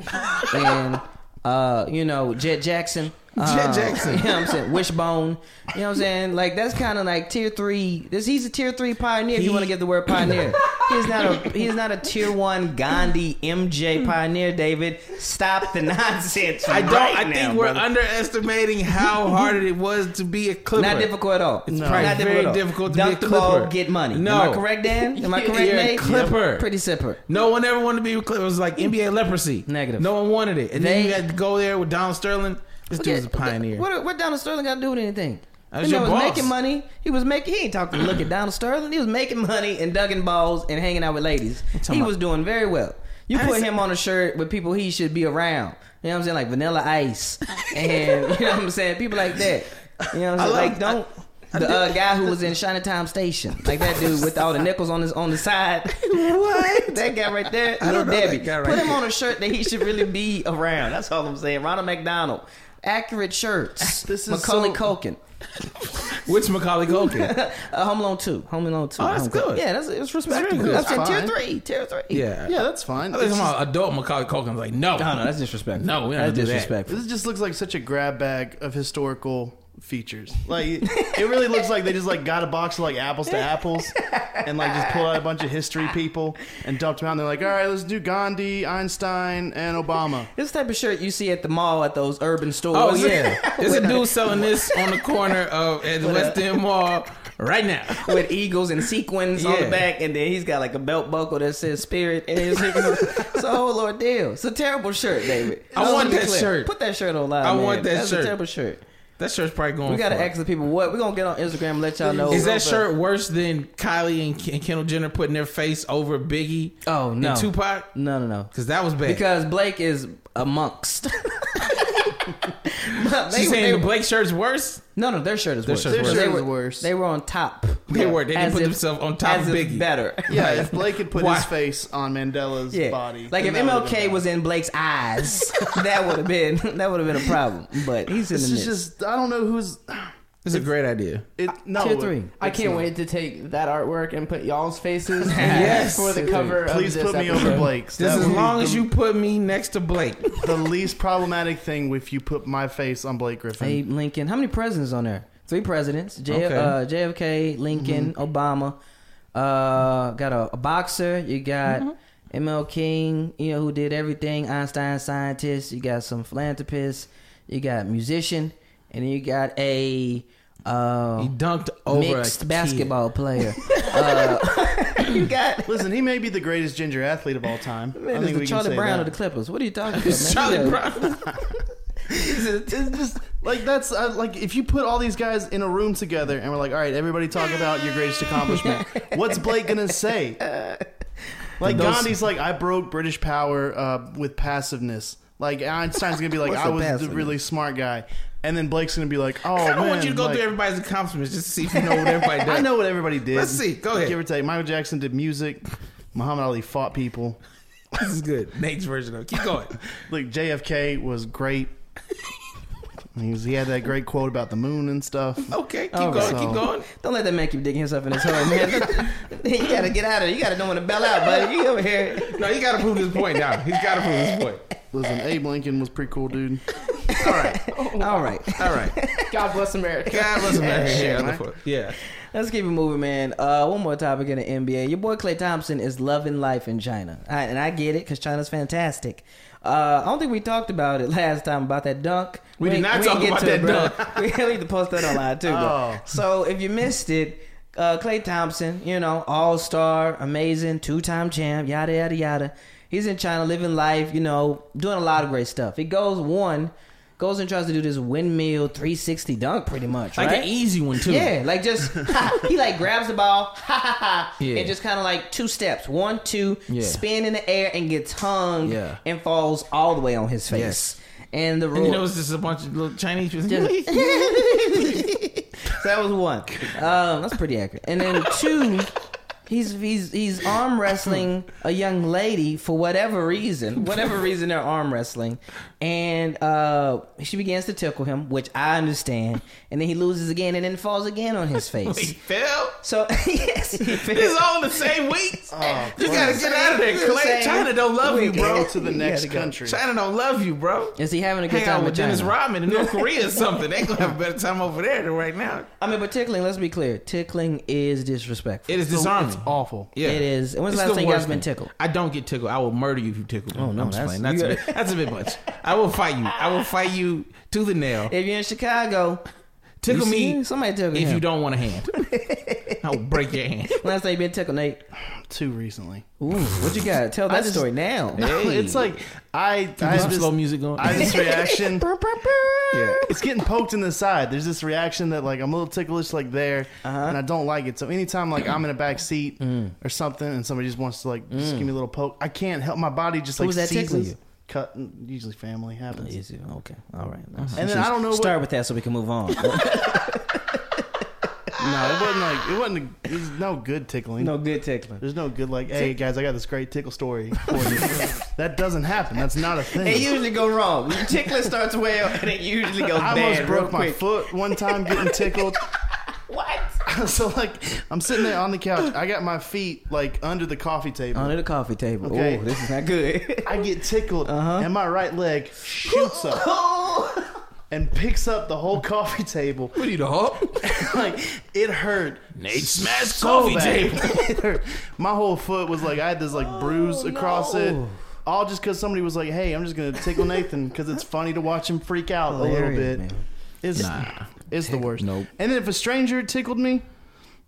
Speaker 2: and uh, you know, Jet Jackson. Uh,
Speaker 1: Jackson.
Speaker 2: You know what I'm saying? Wishbone. You know what I'm saying? Like that's kind of like tier three. This he's a tier three pioneer. if you want to get the word pioneer, he's not a he's not a tier one Gandhi MJ pioneer. David, stop the nonsense.
Speaker 1: I don't.
Speaker 2: right
Speaker 1: I
Speaker 2: now,
Speaker 1: think we're
Speaker 2: brother.
Speaker 1: underestimating how hard it was to be a clipper.
Speaker 2: Not difficult at all. It's
Speaker 1: probably
Speaker 2: not
Speaker 1: very
Speaker 2: at all.
Speaker 1: difficult to
Speaker 2: Dunk
Speaker 1: be a
Speaker 2: the ball,
Speaker 1: clipper.
Speaker 2: get money.
Speaker 1: No.
Speaker 2: Am I correct, Dan? Am I correct,
Speaker 1: You're a
Speaker 2: Nate?
Speaker 1: clipper.
Speaker 2: Pretty simple.
Speaker 1: No one ever wanted to be a clipper. It was like NBA leprosy.
Speaker 2: Negative.
Speaker 1: No one wanted it, and then
Speaker 2: They-
Speaker 1: you had to go there with Donald Sterling. This
Speaker 2: Look
Speaker 1: dude's a
Speaker 2: at-
Speaker 1: pioneer.
Speaker 2: What, what Donald Sterling got to do with anything?
Speaker 1: That's
Speaker 2: He
Speaker 1: your
Speaker 2: was
Speaker 1: boss.
Speaker 2: making money. He was making. He ain't talking. Look at Donald Sterling. He was making money and dugging balls and hanging out with ladies. He
Speaker 1: talking about-
Speaker 2: was doing very well. You
Speaker 1: I
Speaker 2: put
Speaker 1: said-
Speaker 2: him on a shirt with people he should be around. You know what I'm saying? Like Vanilla Ice and you know what I'm saying. People like that. You know what
Speaker 1: I
Speaker 2: I'm saying?
Speaker 1: love-
Speaker 2: like don't. the uh, guy who was in Shiny Time Station, like that dude with all the nickels on his on the side. what? that guy right there,
Speaker 1: I
Speaker 2: Little
Speaker 1: don't know that
Speaker 2: Debbie.
Speaker 1: guy right
Speaker 2: Put him
Speaker 1: there.
Speaker 2: on a shirt that he should really be around. That's all I'm saying. Ronald McDonald, accurate shirts.
Speaker 3: This is
Speaker 2: Macaulay
Speaker 3: so-
Speaker 2: Culkin.
Speaker 1: Which Macaulay Culkin?
Speaker 2: Uh, Home Alone two. Home Alone two.
Speaker 1: Oh, that's
Speaker 2: Home Alone.
Speaker 1: good.
Speaker 2: Yeah, that's it's respectable.
Speaker 1: good.
Speaker 2: That's in
Speaker 3: That's
Speaker 2: tier
Speaker 3: fine.
Speaker 2: three. Tier three.
Speaker 1: yeah.
Speaker 3: Yeah, that's fine.
Speaker 1: I think
Speaker 3: It's
Speaker 1: about
Speaker 3: just-
Speaker 1: adult Macaulay Culkin. I was like, no,
Speaker 2: No, no, that's disrespectful.
Speaker 1: No, we don't
Speaker 2: that's
Speaker 1: do that.
Speaker 2: disrespectful.
Speaker 3: This just looks like such a grab bag of historical features. Like it really looks like they just like got a box of like apples to apples and like just pulled out a bunch of history people and dumped them out. And they're like, all right, let's do Gandhi, Einstein, and Obama.
Speaker 2: This type of shirt you see at the mall at those urban stores.
Speaker 1: Oh yeah, there's a dude selling this on the corner of at the West End Mall right now.
Speaker 2: with eagles and sequins on
Speaker 1: Yeah.
Speaker 2: the back, and then he's got like a belt buckle that says "Spirit" and his it's a whole ordeal. It's a terrible shirt, David.
Speaker 1: I
Speaker 2: Let's
Speaker 1: want
Speaker 2: be
Speaker 1: that shirt.
Speaker 2: Put that shirt on live.
Speaker 1: I
Speaker 2: man.
Speaker 1: want that
Speaker 2: That's
Speaker 1: shirt.
Speaker 2: a terrible shirt.
Speaker 1: That shirt's probably going.
Speaker 2: We gotta
Speaker 1: for it.
Speaker 2: ask the people what we're gonna get on Instagram. And let y'all know.
Speaker 1: Is
Speaker 2: real
Speaker 1: that
Speaker 2: fast.
Speaker 1: shirt worse than Kylie and Ken- Kendall Jenner putting their face over Biggie?
Speaker 2: Oh no,
Speaker 1: and Tupac?
Speaker 2: No, no, no.
Speaker 1: Because that was bad.
Speaker 2: Because Blake is amongst. But they-
Speaker 1: She's saying
Speaker 2: they-
Speaker 1: the Blake shirt's worse.
Speaker 2: no, no, their shirt is worse.
Speaker 1: shirt's Their worse.
Speaker 3: shirt
Speaker 2: They
Speaker 3: is
Speaker 2: were-
Speaker 3: worse.
Speaker 2: They were on top.
Speaker 1: They were. They didn't
Speaker 2: As
Speaker 1: put
Speaker 2: if-
Speaker 1: themselves on top
Speaker 2: as
Speaker 1: of
Speaker 2: if
Speaker 1: Biggie.
Speaker 2: Better.
Speaker 3: Yeah, if Blake had put
Speaker 1: Why?
Speaker 3: his face on Mandela's
Speaker 2: yeah.
Speaker 3: body,
Speaker 2: Like if
Speaker 3: then that would've been
Speaker 2: MLK
Speaker 3: bad.
Speaker 2: was in Blake's eyes, that would have been that would have been a problem. But he's in
Speaker 3: This is
Speaker 2: the mix.
Speaker 3: just I don't know who's
Speaker 1: It's a great idea.
Speaker 3: it. No,
Speaker 2: Uh, tier three.
Speaker 5: I can't wait to take that artwork and put y'all's faces
Speaker 1: Yes.
Speaker 5: for the cover.
Speaker 3: Please
Speaker 5: of this
Speaker 3: put me
Speaker 5: episode.
Speaker 3: over Blake's.
Speaker 1: Just
Speaker 3: That
Speaker 1: as
Speaker 3: would be
Speaker 1: long
Speaker 3: the-
Speaker 1: as you put me next to Blake.
Speaker 3: the least problematic thing if you put my face on Blake Griffin.
Speaker 2: Abe Lincoln. How many presidents on there? Three presidents. J-
Speaker 1: Okay. Mm-hmm.
Speaker 2: uh, JFK, Lincoln, Obama. Uh, got a, a boxer. You
Speaker 1: Mm-hmm.
Speaker 2: got ML King. You know who did everything. Einstein scientist. You got some philanthropist. You got musician, and you got a
Speaker 1: He
Speaker 2: uh,
Speaker 1: dunked over a
Speaker 2: mixed
Speaker 1: kid.
Speaker 2: basketball player. uh, you got.
Speaker 3: Listen, he may be the greatest ginger athlete of all time. I
Speaker 2: Man,
Speaker 3: think we
Speaker 2: it's the Charlie
Speaker 3: can say
Speaker 2: Brown
Speaker 3: that.
Speaker 2: of the Clippers. What are you talking about? man?
Speaker 1: Charlie
Speaker 2: Yeah.
Speaker 1: Brown.
Speaker 3: It's just like that's uh, like if you put all these guys in a room together and we're like, all right, everybody talk about your greatest accomplishment. What's Blake gonna say? Like
Speaker 1: Those-
Speaker 3: Gandhi's like, I broke British power uh, with passiveness. Like Einstein's gonna be like,
Speaker 2: What's
Speaker 3: I
Speaker 2: the
Speaker 3: was the
Speaker 2: passiveness?
Speaker 3: really smart guy, and then Blake's gonna be like, oh
Speaker 1: I
Speaker 3: man,
Speaker 1: don't want you to go
Speaker 3: like-
Speaker 1: through everybody's accomplishments just to see if you know what everybody does.
Speaker 3: I know what everybody did.
Speaker 1: Let's see. Go ahead.
Speaker 3: Give or take, Michael Jackson did music. Muhammad Ali fought people.
Speaker 1: This is good. Nate's version of it. Keep going.
Speaker 3: Look, JFK was great. he, was, he had that great quote about the moon and stuff.
Speaker 1: Okay, keep
Speaker 2: All
Speaker 1: going.
Speaker 2: right.
Speaker 1: Keep going.
Speaker 2: Don't let that man keep digging himself in his hole, man. you gotta get out of there. You gotta know when to bail out, buddy. You over here.
Speaker 1: No, you got to prove his point now. He's got to prove his point.
Speaker 3: Listen, Abe Lincoln was pretty cool, dude.
Speaker 2: All right.
Speaker 1: All right.
Speaker 5: God bless America.
Speaker 1: God bless America.
Speaker 3: Shit,
Speaker 1: Yeah,
Speaker 3: Mike.
Speaker 1: the- Yeah.
Speaker 2: Let's keep it moving, man. Uh, one more topic in the NBA. Your boy Clay Thompson is loving life in China, I, and I get it because China's fantastic. Uh, I don't think we talked about it last time about that dunk.
Speaker 1: We did
Speaker 2: ain't-
Speaker 1: not
Speaker 2: ain't
Speaker 1: talk
Speaker 2: get
Speaker 1: about
Speaker 2: to
Speaker 1: that
Speaker 2: it, bro. we need to post that online too. bro.
Speaker 3: Oh.
Speaker 2: So if you missed it, uh, Clay Thompson, you know, all star, amazing, two time champ, yada yada yada. He's in China living life, you know, doing a lot of great stuff. He goes one, goes and tries to do this windmill 360 dunk, pretty much,
Speaker 1: Like
Speaker 2: right?
Speaker 1: an easy one, too.
Speaker 2: Yeah, like just he like grabs the ball, ha ha ha,
Speaker 1: Yeah.
Speaker 2: and just kind of like two steps, one, two,
Speaker 1: Yeah.
Speaker 2: spin in the air and gets hung
Speaker 1: Yeah.
Speaker 2: and falls all the way on his face.
Speaker 1: Yes.
Speaker 2: And the
Speaker 1: And
Speaker 2: rule
Speaker 1: you know, it's just a bunch of little Chinese people.
Speaker 2: so that was one. Um, that's pretty accurate. And then two, He's he's he's arm wrestling a young lady for whatever reason, whatever reason they're arm wrestling, and uh, she begins to tickle him, which I understand, and then he loses again, and then falls again on his
Speaker 1: He
Speaker 2: face.
Speaker 1: fell.
Speaker 2: So yes, he
Speaker 1: This is
Speaker 2: fell.
Speaker 1: all in the same week.
Speaker 3: Oh,
Speaker 1: you gotta get out of
Speaker 3: It's
Speaker 1: there,
Speaker 3: the
Speaker 1: Clay.
Speaker 3: same
Speaker 1: China don't love you,
Speaker 3: Go
Speaker 1: bro.
Speaker 3: to the next country.
Speaker 1: China don't love you, bro.
Speaker 2: Is he having a good
Speaker 1: Hang
Speaker 2: time
Speaker 1: out
Speaker 2: with
Speaker 1: with
Speaker 2: China?
Speaker 1: Dennis Rodman in North Korea or something. They gonna have a better time over there than right now.
Speaker 2: I mean, but tickling. Let's be clear, tickling is disrespectful.
Speaker 1: It is
Speaker 3: It's
Speaker 1: disarming.
Speaker 3: awful.
Speaker 1: Yeah.
Speaker 2: It is. When's the last
Speaker 1: the
Speaker 2: time you guys
Speaker 1: worst
Speaker 2: been
Speaker 1: thing.
Speaker 2: tickled?
Speaker 1: I don't get tickled. I will murder you if you tickle. me.
Speaker 2: Oh, no,
Speaker 1: I'm just
Speaker 2: that's-
Speaker 1: playing. that's,
Speaker 2: you
Speaker 1: a bit, that's a bit much. I will fight you. I will fight you to the nail.
Speaker 2: If you're in Chicago,
Speaker 1: Tickle
Speaker 2: you
Speaker 1: me
Speaker 2: see? Somebody tickle
Speaker 1: if
Speaker 2: him.
Speaker 1: you don't want a hand. I will break your hand.
Speaker 2: Last time you been tickled, Nate.
Speaker 3: Too recently.
Speaker 2: Ooh, what you got? Tell that
Speaker 3: just-
Speaker 2: story now.
Speaker 1: Hey.
Speaker 3: it's like I. I
Speaker 1: Get
Speaker 3: have
Speaker 1: some
Speaker 3: this-
Speaker 1: slow music going.
Speaker 3: I have this reaction.
Speaker 1: yeah.
Speaker 3: it's getting poked in the side. There's this reaction that like I'm a little ticklish like there,
Speaker 2: Uh-huh.
Speaker 3: and I don't like it. So anytime like I'm in a back seat
Speaker 2: Mm.
Speaker 3: or something, and somebody just wants to like just give me a little poke, I can't help my body just like
Speaker 2: was that
Speaker 3: seizes.
Speaker 2: tickling you?
Speaker 3: Cut usually family happens.
Speaker 2: Easy. Okay. All right.
Speaker 3: And then I don't know what-
Speaker 2: Start with that so we can move on.
Speaker 3: No, it wasn't like it wasn't. A, there's no good tickling.
Speaker 2: no good tickling.
Speaker 3: There's no good like, hey guys, I got this great tickle story for you. that doesn't happen. That's not a thing.
Speaker 2: It usually go wrong. Your tickling starts well, and it usually goes
Speaker 3: I
Speaker 2: bad.
Speaker 3: almost broke
Speaker 2: real
Speaker 3: my
Speaker 2: quick.
Speaker 3: foot one time getting tickled. what? so like, I'm sitting there on the couch. I got my feet like under the coffee table.
Speaker 2: Under the coffee table.
Speaker 3: Okay.
Speaker 2: Oh, this is not good.
Speaker 3: I get tickled,
Speaker 2: Uh-huh.
Speaker 3: and my right leg shoots up
Speaker 2: oh,
Speaker 3: and picks up the whole coffee table.
Speaker 1: What are you, the Hulk?
Speaker 3: like it hurt.
Speaker 1: Nate smashed
Speaker 3: so
Speaker 1: coffee
Speaker 3: bad.
Speaker 1: table.
Speaker 3: It hurt. My whole foot was like I had this like
Speaker 1: Oh,
Speaker 3: bruise across it. All just because somebody was like, "Hey, I'm just gonna tickle Nathan because it's funny to watch him freak out a little bit."
Speaker 2: Hilarious, man.
Speaker 3: It's it's the worst.
Speaker 1: Nope.
Speaker 3: And then if a stranger tickled me,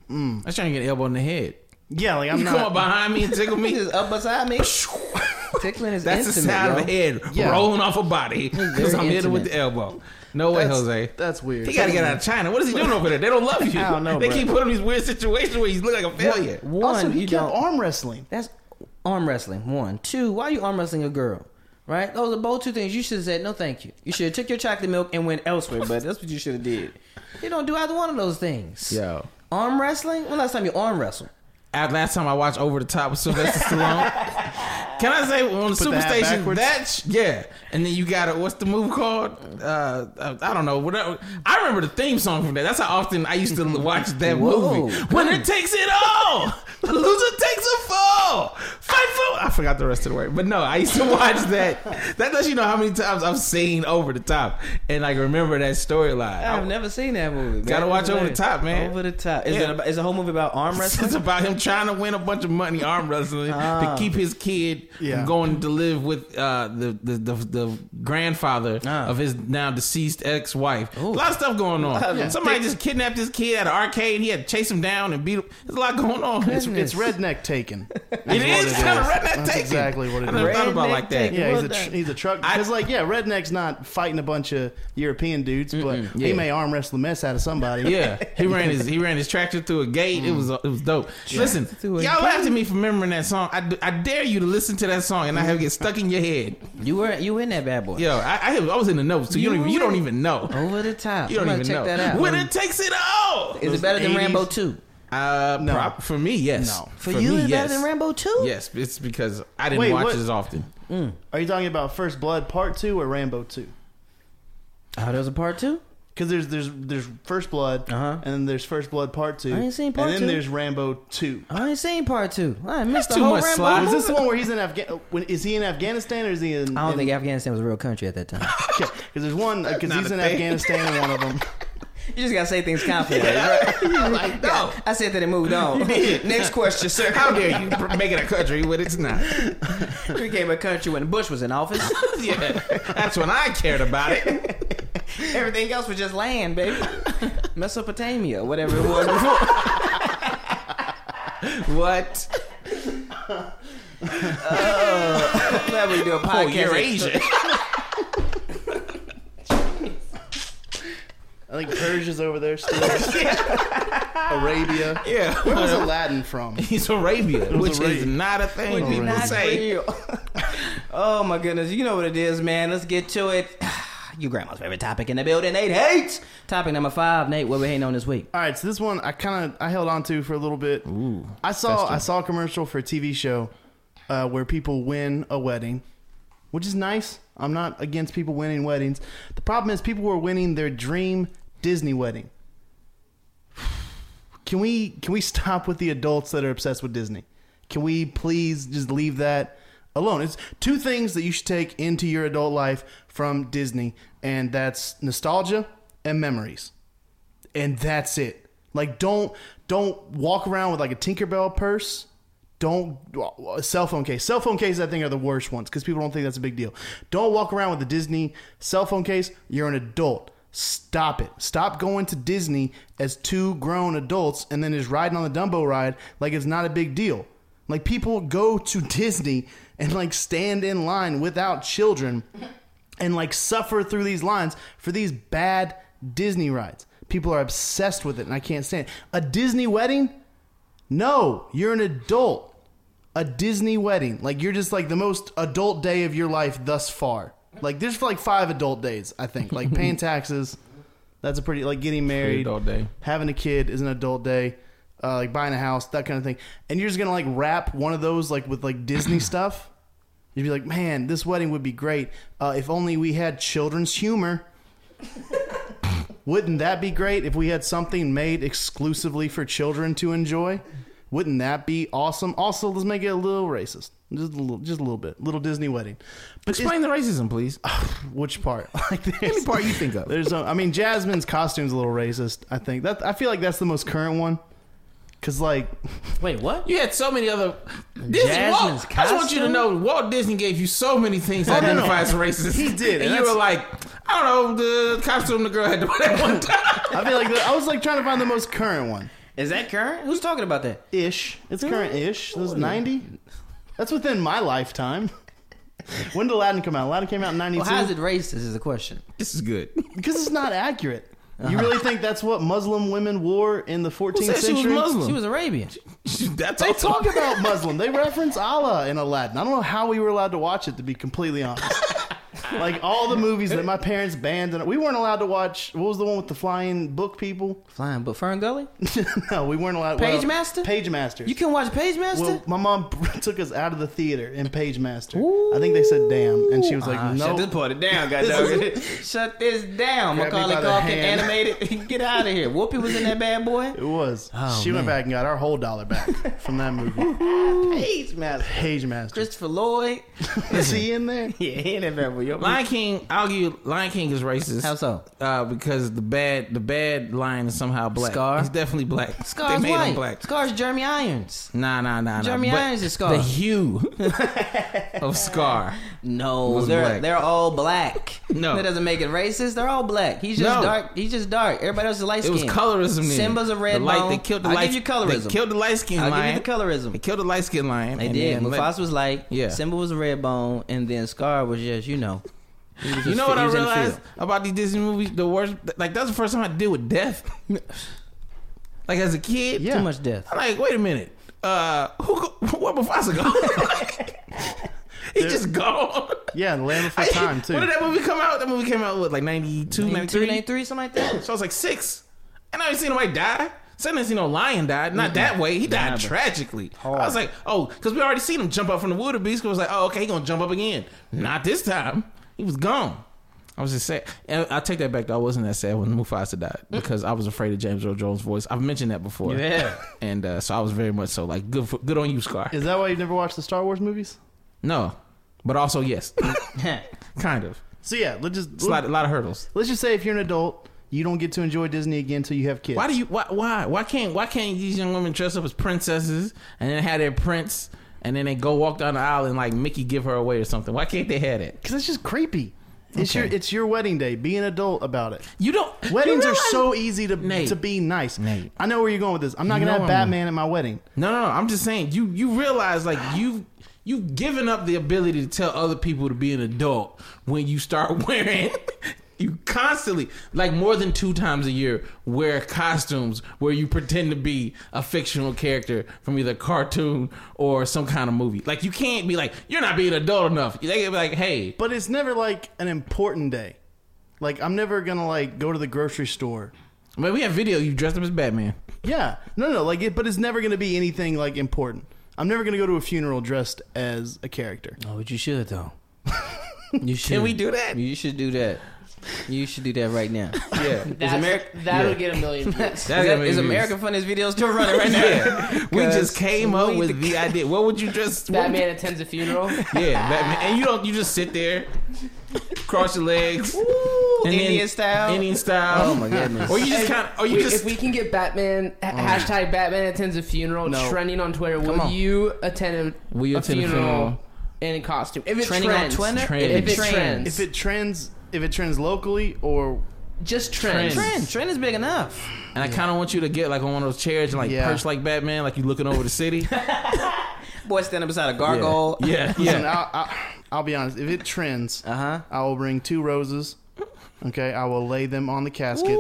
Speaker 1: I was trying to get an elbow in the head.
Speaker 3: yeah, like I'm
Speaker 1: You
Speaker 3: not.
Speaker 1: come up behind me and tickle
Speaker 2: He
Speaker 1: me.
Speaker 2: just up beside me. tickling is
Speaker 1: That's the
Speaker 2: intimate,
Speaker 1: sound
Speaker 2: yo.
Speaker 1: of a head
Speaker 3: Yeah.
Speaker 1: rolling off a body because I'm hitting with
Speaker 2: intimate.
Speaker 1: the elbow. No way,
Speaker 3: that's,
Speaker 1: Jose.
Speaker 3: that's weird.
Speaker 1: He got to get out of China. What is he doing over there? They don't love you.
Speaker 3: I don't know,
Speaker 1: They
Speaker 3: bro.
Speaker 1: keep putting him in these weird situations where he's look like a failure.
Speaker 2: One,
Speaker 3: Also, he
Speaker 2: you
Speaker 3: kept
Speaker 2: don't.
Speaker 3: arm wrestling.
Speaker 2: That's arm wrestling. One, two. Why are you arm wrestling a girl? Right? Those are both two things you should have said. No, thank you. You should have took your chocolate milk and went elsewhere. But that's what you should have did. You don't do either one of those things.
Speaker 1: Yo.
Speaker 2: Arm wrestling. When last time you arm wrestled?
Speaker 1: At last time I watched Over the Top with Sylvester Stallone. Can I say on the
Speaker 3: Put the hat
Speaker 1: Superstation
Speaker 3: backwards?
Speaker 1: that sh- yeah, and then you got it. What's the move called? Uh, uh, I don't know. Whatever. I remember the theme song from that. That's how often I used to watch that
Speaker 2: Whoa.
Speaker 1: movie. Winner takes it all. The loser takes a fall. Fight for. I forgot the rest of the word, but no, I used to watch that. That lets you know how many times I've seen Over the Top and like remember that storyline.
Speaker 2: I've
Speaker 1: I-
Speaker 2: never seen that movie. man.
Speaker 1: Gotta watch
Speaker 2: It's
Speaker 1: Over the
Speaker 2: hilarious.
Speaker 1: Top, man.
Speaker 2: Over the top. Is
Speaker 1: Yeah.
Speaker 2: it about, is the whole movie about arm wrestling?
Speaker 1: It's about him trying to win a bunch of money arm wrestling to keep his kid
Speaker 3: Ah. Yeah.
Speaker 1: from going to live with uh, the, the, the the grandfather
Speaker 2: Ah.
Speaker 1: of his now deceased ex wife. A lot of stuff going on. Somebody just kidnapped this kid at an arcade. He had to chase him down and beat him. There's a lot going on. It's,
Speaker 3: It's redneck taken.
Speaker 1: it is kind of redneck
Speaker 3: That's
Speaker 1: taking.
Speaker 3: exactly what
Speaker 1: I
Speaker 3: it is.
Speaker 1: never thought about it like that.
Speaker 2: Redneck
Speaker 3: Yeah, he's
Speaker 2: Well
Speaker 3: a
Speaker 2: done.
Speaker 3: tr- he's a truck.
Speaker 1: I-
Speaker 3: Because like, yeah, redneck's not fighting a bunch of European dudes, but he
Speaker 1: yeah.
Speaker 3: may arm wrestle the mess out of somebody.
Speaker 1: Yeah, he ran his he ran his tractor through a gate. It was it was dope. Listen,
Speaker 2: through
Speaker 1: y'all
Speaker 2: a
Speaker 1: laughed at me for remembering that song. I, d- I dare you to listen to that song and I have it get stuck in your head.
Speaker 2: You were you in that bad boy?
Speaker 1: Yo, I, I, I was in the notes, so you,
Speaker 2: You
Speaker 1: don't even you
Speaker 2: were-
Speaker 1: don't even know.
Speaker 2: Over the top.
Speaker 1: You don't
Speaker 2: Oh, I'm gonna
Speaker 1: even
Speaker 2: check
Speaker 1: know.
Speaker 2: that out.
Speaker 1: When it takes it all.
Speaker 2: Is it better than
Speaker 3: 80s?
Speaker 2: Rambo Two?
Speaker 1: Uh,
Speaker 3: No.
Speaker 1: prop- for me, yes.
Speaker 3: No.
Speaker 2: For, you,
Speaker 1: me,
Speaker 2: it's
Speaker 1: yes.
Speaker 2: better than Rambo Two.
Speaker 1: Yes, it's because I didn't
Speaker 3: Wait,
Speaker 1: watch
Speaker 3: what?
Speaker 1: it as often.
Speaker 3: Are you talking about First Blood Part Two or Rambo Two?
Speaker 2: Oh, there was a part two.
Speaker 3: Because there's there's there's First Blood,
Speaker 2: Uh-huh.
Speaker 3: and then there's First Blood Part Two.
Speaker 2: I ain't seen Part
Speaker 3: And then
Speaker 2: Two.
Speaker 3: there's Rambo Two.
Speaker 2: I ain't seen part two. I missed the
Speaker 1: too
Speaker 2: whole
Speaker 1: much
Speaker 2: Rambo.
Speaker 1: slide.
Speaker 3: Was
Speaker 2: movie.
Speaker 3: this the one where he's in Afghanistan? When is he in Afghanistan or is he in?
Speaker 2: I don't
Speaker 3: in,
Speaker 2: think Afghanistan was a real country at that time.
Speaker 3: Because there's one because
Speaker 1: Not
Speaker 3: he's
Speaker 1: a
Speaker 3: in
Speaker 1: thing.
Speaker 3: Afghanistan in one of them.
Speaker 2: you just gotta say things confidently.
Speaker 1: like, no.
Speaker 2: I said that it moved on. Next question, sir.
Speaker 1: How dare you pr- make it a country when it's not?
Speaker 2: you became a country when Bush was in office?
Speaker 1: yeah, that's when I cared about it.
Speaker 2: Everything else was just land, baby. Mesopotamia, whatever it was before.
Speaker 1: What?
Speaker 2: Uh, I'm glad we do a
Speaker 1: Oh,
Speaker 2: podcast.
Speaker 1: you're Asian.
Speaker 3: I think Persia's over there still. Arabia. Where was
Speaker 1: yeah,
Speaker 3: Aladdin from?
Speaker 1: he's Arabia, which is
Speaker 3: Arabian.
Speaker 1: not a thing
Speaker 3: Would be
Speaker 1: people
Speaker 2: Not
Speaker 1: say.
Speaker 2: real. oh my goodness, you know what it is, man. Let's get to it. your grandma's favorite topic in the building. Nate hates topic number five. Nate, what we hating on this week?
Speaker 3: All right, so this one I kind of I held on to for a little bit.
Speaker 1: Ooh,
Speaker 3: I saw I saw a commercial for a TV show uh, where people win a wedding, which is nice. I'm not against people winning weddings. The problem is people were winning their dream Disney wedding. Can we can we stop with the adults that are obsessed with Disney? Can we please just leave that alone? It's two things that you should take into your adult life from Disney, and that's nostalgia and memories and that's it. Like don't don't walk around with like a Tinkerbell purse. Don't a cell phone case. Cell phone cases I think are the worst ones because people don't think that's a big deal. Don't walk around with a Disney cell phone case. You're an adult. Stop it. Stop going to Disney as two grown adults and then just riding on the Dumbo ride like it's not a big deal. Like people go to Disney and like stand in line without children and like suffer through these lines for these bad Disney rides. People are obsessed with it, and I can't stand it. A Disney wedding? No, you're an adult. A Disney wedding, like you're just like the most adult day of your life thus far. Like there's like five adult days, I think. Like paying taxes, that's a pretty like getting married,
Speaker 1: all day.
Speaker 3: having a kid is an adult day, uh, like buying a house, that kind of thing. And you're just gonna like wrap one of those like with like Disney stuff. You'd be like, man, this wedding would be great uh, if only we had children's humor. Wouldn't that be great if we had something made exclusively for children to enjoy? Wouldn't that be awesome? Also, let's make it a little racist, just a little, just a little bit, little Disney wedding. But
Speaker 1: Explain the racism, please.
Speaker 3: it's- which part? Like there's-
Speaker 1: Any part you think of?
Speaker 3: there's, a, I mean, Jasmine's costume's a little racist. I think that I feel like that's the most current one, because like
Speaker 2: Wait, what?
Speaker 1: You had so many other. Disney
Speaker 2: Jasmine's
Speaker 1: Walt, I just want you to
Speaker 2: costume?
Speaker 1: know Walt Disney gave you so many things
Speaker 3: Oh,
Speaker 1: that
Speaker 3: no, no.
Speaker 1: identify as racist.
Speaker 3: He
Speaker 1: and,
Speaker 3: did,
Speaker 1: you
Speaker 3: and that's-
Speaker 1: were like, I don't know, the costume the girl had to wear that one time.
Speaker 3: I feel like the, I was like trying to find the most current one.
Speaker 2: Is that current? Who's talking about that?
Speaker 3: Ish. It's current ish. This is 90. That's within my lifetime. When did Aladdin come out? Aladdin came out in 92.
Speaker 2: Well, how is it racist? Is the question.
Speaker 1: this is good.
Speaker 3: Because it's not accurate. You really think that's what Muslim women wore in the 14th
Speaker 1: Who said she
Speaker 3: century?
Speaker 1: was Muslim?
Speaker 2: She was Arabian.
Speaker 1: That's
Speaker 3: They
Speaker 1: all
Speaker 3: talk about Muslim. They reference Allah in Aladdin. I don't know how we were allowed to watch it, to be completely honest. like all the movies that my parents banned, and we weren't allowed to watch. What was the one with the flying book people?
Speaker 2: Flying, but Fern Gully.
Speaker 3: no, we weren't allowed.
Speaker 2: Page Master?
Speaker 3: Page Master.
Speaker 2: You can watch Page Master.
Speaker 3: Well, my mom took us out of the theater in Page Master. I think they said "damn," and she was like,
Speaker 2: Ah,
Speaker 3: "No."
Speaker 2: Shut this party down,
Speaker 3: This
Speaker 2: goddamn. Shut this down.
Speaker 3: Grab me
Speaker 2: Macaulay
Speaker 3: by the
Speaker 2: Culkin
Speaker 3: hand.
Speaker 2: animated. Get out of here. Whoopi was in that bad boy.
Speaker 3: It was.
Speaker 2: Oh,
Speaker 3: she went
Speaker 2: man.
Speaker 3: back and got our whole dollar back from that movie.
Speaker 2: Page Master.
Speaker 3: Page Master.
Speaker 2: Christopher Lloyd.
Speaker 3: Is he in there?
Speaker 2: Yeah, he in that bad boy. Yo,
Speaker 1: Lion King, I'll give you Lion King is racist.
Speaker 2: How so?
Speaker 1: Uh, because the bad the bad lion is somehow black.
Speaker 2: Scar?
Speaker 1: He's definitely black.
Speaker 2: Scar's
Speaker 1: they made
Speaker 2: white.
Speaker 1: him black.
Speaker 2: Scar's Jeremy Irons.
Speaker 1: Nah, nah, nah, nah.
Speaker 2: Jeremy
Speaker 1: But
Speaker 2: Irons is Scar.
Speaker 1: The hue of Scar.
Speaker 2: No,
Speaker 1: Was
Speaker 2: they're
Speaker 1: black.
Speaker 2: they're all black.
Speaker 1: No.
Speaker 2: that doesn't make it racist. They're all black. He's just
Speaker 1: No.
Speaker 2: dark. He's just dark. Everybody else is light
Speaker 1: It
Speaker 2: skin.
Speaker 1: was colorism. Then.
Speaker 2: Simba's a red
Speaker 1: the light,
Speaker 2: bone.
Speaker 1: They killed the
Speaker 2: I'll
Speaker 1: light.
Speaker 2: give you colorism.
Speaker 1: They killed the light skin
Speaker 2: I'll
Speaker 1: lion.
Speaker 2: give you the
Speaker 1: They
Speaker 2: colorism.
Speaker 1: killed the light skin lion.
Speaker 2: They
Speaker 1: and
Speaker 2: did.
Speaker 1: then let-
Speaker 2: Mufasa was like,
Speaker 1: Yeah.
Speaker 2: Simba was a red bone, and then Scar was just, you know. he was
Speaker 1: You
Speaker 2: just-
Speaker 1: know what
Speaker 2: he
Speaker 1: I
Speaker 2: was in the
Speaker 1: realized
Speaker 2: field.
Speaker 1: about these Disney movies? The worst, like that's the first time I deal with death. like as a kid,
Speaker 3: Yeah.
Speaker 2: Too much death.
Speaker 1: I'm like, wait a minute, uh, who, go- where Mufasa go? he just gone.
Speaker 3: Yeah, the Land Before Time too.
Speaker 1: When did that movie come out? That movie came out what, like 92,
Speaker 2: 93,
Speaker 1: 93?
Speaker 2: 93, something like that.
Speaker 1: So I was like six, and I didn't see nobody die. So I didn't see no lion die. Not that way. He died tragically. I was like, oh, because we already seen him jump up from the wildebeest. I was like, oh, okay, he gonna jump up again. Not this time. He was gone. I was just sad. And I take that back. though. I wasn't that sad when Mufasa died because I was afraid of James Earl Jones' voice. I've mentioned that before.
Speaker 2: Yeah.
Speaker 1: And uh, so I was very much so like good. For, good on you, Scar.
Speaker 3: Is that why you've never watched the Star Wars movies?
Speaker 1: No, but also yes, kind of.
Speaker 3: So yeah, let's just
Speaker 1: It's a lot, a lot of hurdles.
Speaker 3: let's just say if you're an adult, you don't get to enjoy Disney again until you have kids.
Speaker 1: Why do you why why why can't why can't these young women dress up as princesses and then have their prince and then they go walk down the aisle and like Mickey give her away or something? Why can't they have that?
Speaker 3: Because it's just creepy. It's
Speaker 1: Okay.
Speaker 3: your it's your wedding day. Be an adult about it.
Speaker 1: You don't
Speaker 3: Weddings
Speaker 1: you
Speaker 3: are
Speaker 1: realize-
Speaker 3: so easy to
Speaker 1: Nate.
Speaker 3: to be nice.
Speaker 1: Nate.
Speaker 3: I know where you're going with this. I'm not
Speaker 1: You
Speaker 3: gonna
Speaker 1: know
Speaker 3: have
Speaker 1: I'm-
Speaker 3: Batman at my wedding.
Speaker 1: No no no, I'm just saying you you realize like you you've given up the ability to tell other people to be an adult when you start wearing You constantly, like more than two times a year, wear costumes where you pretend to be a fictional character from either cartoon or some kind of movie. Like you can't be like, you're not being adult enough. They can be like, hey,
Speaker 3: But it's never like an important day. Like I'm never gonna like go to the grocery store.
Speaker 1: But we have video. You dressed up as Batman.
Speaker 3: Yeah, no, no, like it, but it's never gonna be anything like important. I'm never gonna go to a funeral dressed as a character.
Speaker 2: Oh, but you should though. you should.
Speaker 1: we do that?
Speaker 2: You should do that. You should do that right now.
Speaker 1: Yeah,
Speaker 5: That's,
Speaker 2: Ameri-
Speaker 5: that'll
Speaker 1: yeah.
Speaker 5: get a million views.
Speaker 1: That's
Speaker 2: is
Speaker 1: gonna
Speaker 2: that,
Speaker 1: be
Speaker 2: is
Speaker 1: views.
Speaker 2: America Funniest Videos still running right now?
Speaker 1: Yeah, we just came up
Speaker 2: we
Speaker 1: with the idea. What would you just? what would
Speaker 5: Batman attends a funeral.
Speaker 1: you- yeah, Batman. And you don't. You just sit there, cross your legs, and
Speaker 2: Indian
Speaker 1: then-
Speaker 2: style.
Speaker 1: Indian style.
Speaker 2: Oh my goodness.
Speaker 1: Or you just kind of. Or Oh, you
Speaker 5: We-
Speaker 1: just.
Speaker 5: if we can get Batman ha- hashtag Batman attends a funeral
Speaker 3: No.
Speaker 5: trending on Twitter, will
Speaker 2: on.
Speaker 5: you attend a,
Speaker 1: Will you
Speaker 5: a
Speaker 1: attend a
Speaker 5: funeral,
Speaker 1: funeral?
Speaker 5: in costume? If it
Speaker 2: Trending on
Speaker 5: trends,
Speaker 2: Twitter?
Speaker 1: Trend.
Speaker 5: if it
Speaker 2: Trends.
Speaker 5: trends,
Speaker 3: If it trends, if it trends locally or
Speaker 5: just trends,
Speaker 2: Trend. Trend is big enough.
Speaker 1: and I kind of want you to get like on one of those chairs and like
Speaker 3: Yeah.
Speaker 1: perch like Batman, like you looking over the city.
Speaker 2: Boy standing beside a gargoyle.
Speaker 1: Yeah,
Speaker 3: Listen,
Speaker 1: yeah.
Speaker 3: I'll, I'll, I'll be honest. If it trends,
Speaker 2: Uh huh.
Speaker 3: I will bring two roses. Okay, I will lay them on the casket,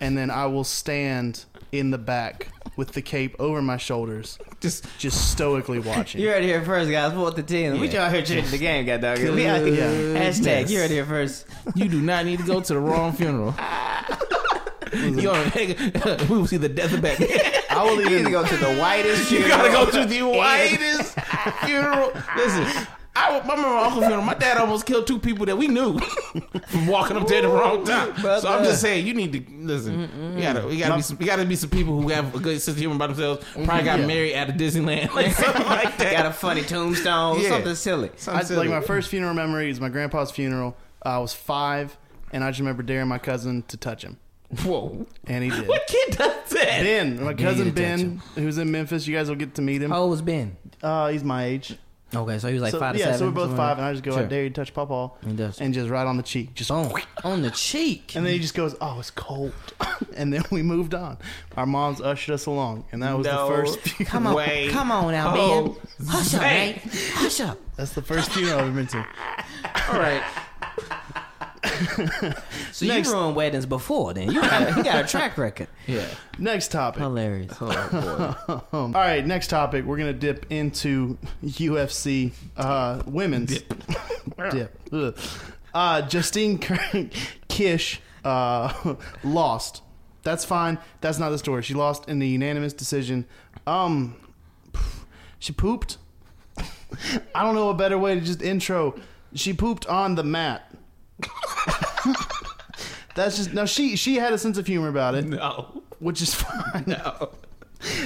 Speaker 3: and then I will stand in the back with the cape over my shoulders,
Speaker 1: Just
Speaker 3: just stoically watching.
Speaker 2: You're out here first, guys. Fourth to ten. We
Speaker 1: Yeah.
Speaker 2: out here changing the game, god dog. We out here.
Speaker 3: Yeah.
Speaker 2: Hashtag. You're out here first.
Speaker 1: you do not need to go to the wrong funeral. you gonna, we will see the death of Batman.
Speaker 3: I will
Speaker 2: You need to
Speaker 3: even.
Speaker 2: go to the whitest.
Speaker 1: You gotta go to the whitest funeral. Listen, I, I remember my uncle's funeral. My dad almost killed two people that we knew from walking up there at the wrong time. So I'm
Speaker 2: brother.
Speaker 1: just saying, you need to listen. We gotta, we gotta, be some, we gotta be some people who have a good sense of humor about themselves. Probably got
Speaker 3: Mm-hmm. Yeah.
Speaker 1: married at a Disneyland, like something like that.
Speaker 2: Got a funny tombstone.
Speaker 1: Yeah.
Speaker 2: Something silly.
Speaker 3: I, like my first funeral memory is my grandpa's funeral. I was five, and I just remember daring my cousin to touch him,
Speaker 1: Whoa,
Speaker 3: and he did.
Speaker 1: what kid does that?
Speaker 3: Ben, my cousin
Speaker 2: to touch
Speaker 3: Ben,
Speaker 2: him.
Speaker 3: who's in Memphis, you guys will get to meet him.
Speaker 2: How old was Ben?
Speaker 3: Uh, he's my age.
Speaker 2: Okay, so he was like
Speaker 3: So,
Speaker 2: five to
Speaker 3: yeah,
Speaker 2: seven.
Speaker 3: so we're both
Speaker 2: something
Speaker 3: five,
Speaker 2: like
Speaker 3: and I just go,
Speaker 2: Sure.
Speaker 3: I dare you to touch Pawpaw.
Speaker 2: that. He does.
Speaker 3: And just right on the cheek. Just
Speaker 2: Boom. on the cheek.
Speaker 3: And then he just goes, "Oh, it's cold," and then we moved on. Our moms ushered us along, and that was
Speaker 1: No.
Speaker 3: the first. Funeral.
Speaker 2: Come on,
Speaker 1: Wait.
Speaker 2: come on now,
Speaker 1: Oh,
Speaker 2: Ben. Hush
Speaker 1: Zay.
Speaker 2: up, man. Hush up.
Speaker 3: That's the first funeral I've been to.
Speaker 2: All right. so
Speaker 3: Next.
Speaker 2: you ruined weddings before, then you got, you got a track record.
Speaker 1: Yeah.
Speaker 3: Next topic.
Speaker 2: Hilarious.
Speaker 1: Oh,
Speaker 3: Um, All right, next topic. We're gonna dip into UFC uh, women's dip. Ugh. Uh, Justine K- Kish uh, lost. That's fine. That's not the story. She lost in the unanimous decision. Um, she pooped. I don't know a better way to just intro. She pooped on the mat. That's just no. She she had a sense of humor about it,
Speaker 1: No.
Speaker 3: which is fine.
Speaker 1: No.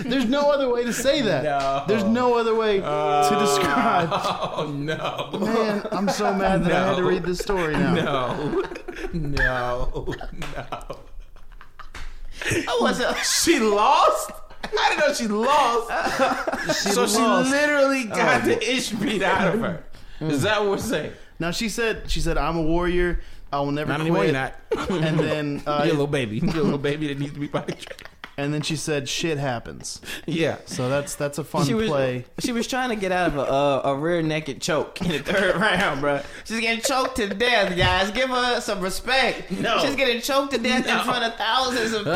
Speaker 3: There's no other way to say that.
Speaker 1: No. Uh.
Speaker 3: There's no other way to describe.
Speaker 1: Oh no.
Speaker 3: Man, I'm so mad that I had to
Speaker 1: No.
Speaker 3: read this story now.
Speaker 1: No. No. No.
Speaker 2: What's up?
Speaker 1: She lost? I didn't know she lost. so
Speaker 3: lost.
Speaker 1: she Oh, literally got the ish beat out of her. Is that what we're saying?
Speaker 3: Now she said, she said, I'm a warrior. I will never
Speaker 1: Not
Speaker 3: quit.
Speaker 1: anymore, you're not.
Speaker 3: And then,
Speaker 1: You're a little
Speaker 3: uh,
Speaker 1: baby. You're a little baby that needs to be body checked.
Speaker 3: and then she said, shit happens.
Speaker 1: Yeah.
Speaker 3: So that's that's a fun
Speaker 2: She was,
Speaker 3: play.
Speaker 2: she was trying to get out of a, uh, a rear naked choke in the third round, bro. She's getting choked to death, guys. Give her some respect.
Speaker 1: No. Ah.
Speaker 2: She's getting choked to death in front of thousands of people.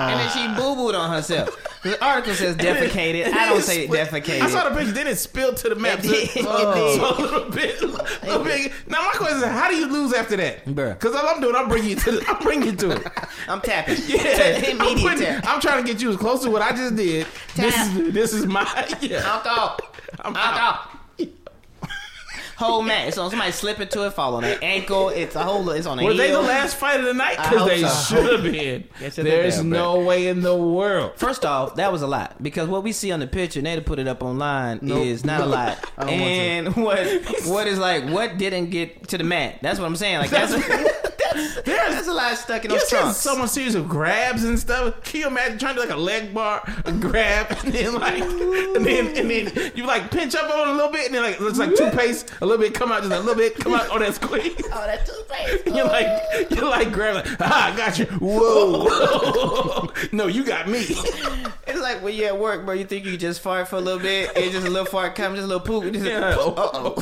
Speaker 2: And then she boo booed on herself. The article says defecated. I don't say defecated.
Speaker 1: I saw the picture. Then it spilled to the map.
Speaker 2: It
Speaker 1: So,
Speaker 2: did.
Speaker 1: so a little bit, little bit. Now my question is, how do you lose after that?
Speaker 2: Bruh.
Speaker 1: Because all I'm doing, I'm bringing you to, the, I'm bringing you to it.
Speaker 2: I'm tapping.
Speaker 1: Yeah, I'm,
Speaker 2: Immediate
Speaker 1: putting-
Speaker 2: tap.
Speaker 1: I'm trying to get you as close to what I just did. This is this is my yeah.
Speaker 2: Alcohol.
Speaker 1: I'm out.
Speaker 2: Alcohol. Ah. Whole match. So somebody slip into it, fall on their ankle. It's a whole. It's on a
Speaker 1: Were
Speaker 2: heel.
Speaker 1: they the last fight of the night?
Speaker 2: I
Speaker 1: Because
Speaker 2: hope
Speaker 1: they
Speaker 2: so.
Speaker 1: should have been.
Speaker 2: Yes, they
Speaker 1: There's
Speaker 2: did,
Speaker 1: no way in the world.
Speaker 2: First off, that was a lot because what we see on the picture, and they to put it up online is not a lot.
Speaker 3: I don't want
Speaker 2: And what what is like what didn't get to the mat? That's what I'm saying. Like that's that's, that's a lot stuck in
Speaker 1: You
Speaker 2: those
Speaker 1: see
Speaker 2: trunks.
Speaker 1: someone series of grabs and stuff. Can you imagine trying to do like a leg bar, a grab, and then like, and then and then you like pinch up on it a little bit, and then like it's like toothpaste, a little bit come out, just a little bit come out. Oh, that squeeze.
Speaker 2: oh, that toothpaste. Oh.
Speaker 1: You're like you're like grabbing. Like, ah, I got you. Whoa. no, you got me.
Speaker 2: It's like when you at work, bro. You think you just fart for a little bit, and just a little fart comes, just a little poop. Just,
Speaker 1: Yeah.
Speaker 2: Uh-oh.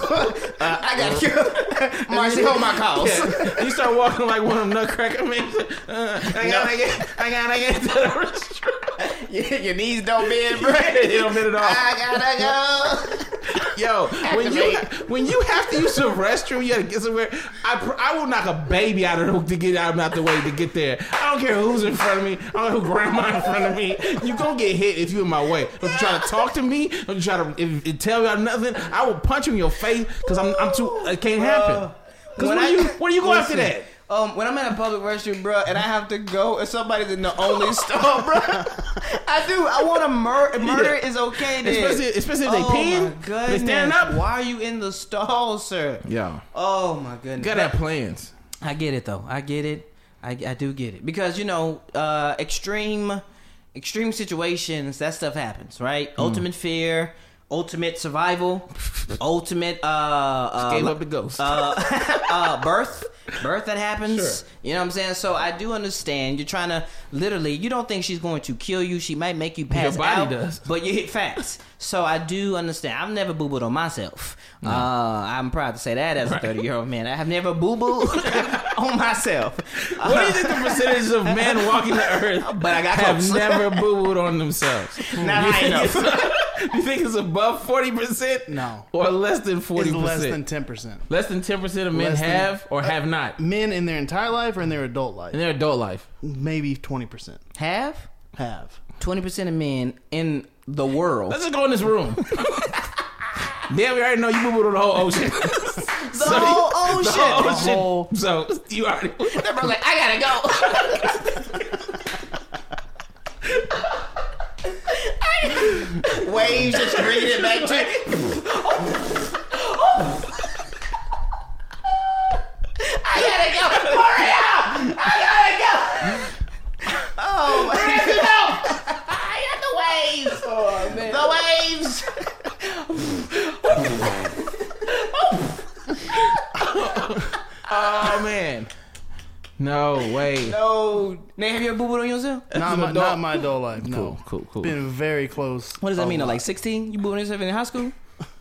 Speaker 2: Uh, I got you, Marcy. Hold my calls.
Speaker 1: Yeah. You start walking like one of them nutcracker men. Uh, I gotta get, I gotta get to the restaurant.
Speaker 2: Your knees don't bend, bro.
Speaker 1: It don't fit at all.
Speaker 2: I gotta go.
Speaker 1: Yo, when you when you have to use the restroom, you gotta get somewhere. I pr- I will knock a baby out of the, to get out out the way to get there. I don't care who's in front of me. I don't care who grandma in front of me. You gonna get hit if you in my way. Don't you try to talk to me. Don't you try to if, if tell me about nothing. I will punch you in your face because I'm I'm too. It can't happen. Because
Speaker 2: Uh, When
Speaker 1: what
Speaker 2: I-
Speaker 1: are you what are you going after
Speaker 2: Listen.
Speaker 1: that?
Speaker 2: Um, when I'm in a public restroom, bro, and I have to go, and somebody's in the only stall, bro, I do. I want to murder. Murder is okay, then.
Speaker 1: Especially- especially if they
Speaker 2: oh
Speaker 1: peeing,
Speaker 2: My
Speaker 1: they
Speaker 2: goodness.
Speaker 1: stand up.
Speaker 2: Why are you in the stall, sir?
Speaker 1: Yeah,
Speaker 2: Oh my goodness.
Speaker 1: gotta have plans.
Speaker 2: I get it though. I get it. I, I do get it because you know, uh, extreme, extreme situations. That stuff happens, right?
Speaker 1: Mm.
Speaker 2: Ultimate fear, ultimate survival, ultimate uh, uh,
Speaker 1: Gave up the ghost.
Speaker 2: uh, uh, birth, birth that happens.
Speaker 1: Sure.
Speaker 2: You know what I'm saying? So I do understand. You're trying to literally. You don't think she's going to kill you. She might make you pass
Speaker 1: body
Speaker 2: out,
Speaker 1: does.
Speaker 2: but you hit facts. So I do understand. I've never boo booed on myself. Uh, I'm proud to say that as a 30 year old man, I have never boo booed on myself. Uh,
Speaker 1: What do you think the percentage of men walking the earth
Speaker 2: But I got
Speaker 1: have
Speaker 2: close.
Speaker 1: never boo booed on themselves?
Speaker 2: Not high enough.
Speaker 1: you think it's above forty percent?
Speaker 3: No.
Speaker 1: or less than
Speaker 3: It's
Speaker 1: forty
Speaker 3: less than
Speaker 1: percent.
Speaker 3: ten percent.
Speaker 1: Less than ten percent of men
Speaker 3: Less than- Uh,
Speaker 1: have or have not in
Speaker 3: Men in their entire life or in their adult life,
Speaker 1: their adult life.
Speaker 3: maybe twenty percent
Speaker 2: Have
Speaker 3: have.
Speaker 2: 20 percent of men in the world.
Speaker 1: Let's just go in this room. Damn, we already know you boo booed on the whole ocean.
Speaker 2: The whole ocean.
Speaker 1: The whole ocean.
Speaker 3: whole-
Speaker 1: So you already.
Speaker 2: I'm like, I gotta go. Waves just bringing it back to. Oh, I gotta go. Hurry up! I gotta go. Oh, I got the waves. Oh, man. The waves.
Speaker 1: Oh man. No way.
Speaker 2: No. Now, have you ever boo booed on yourself?
Speaker 3: Not my,
Speaker 1: adult-
Speaker 3: not my adult life. No.
Speaker 1: Cool, cool, cool.
Speaker 3: Been very close.
Speaker 2: What does that
Speaker 3: a
Speaker 2: mean? though?
Speaker 3: lot.
Speaker 2: Like 16? You booed on yourself in high school?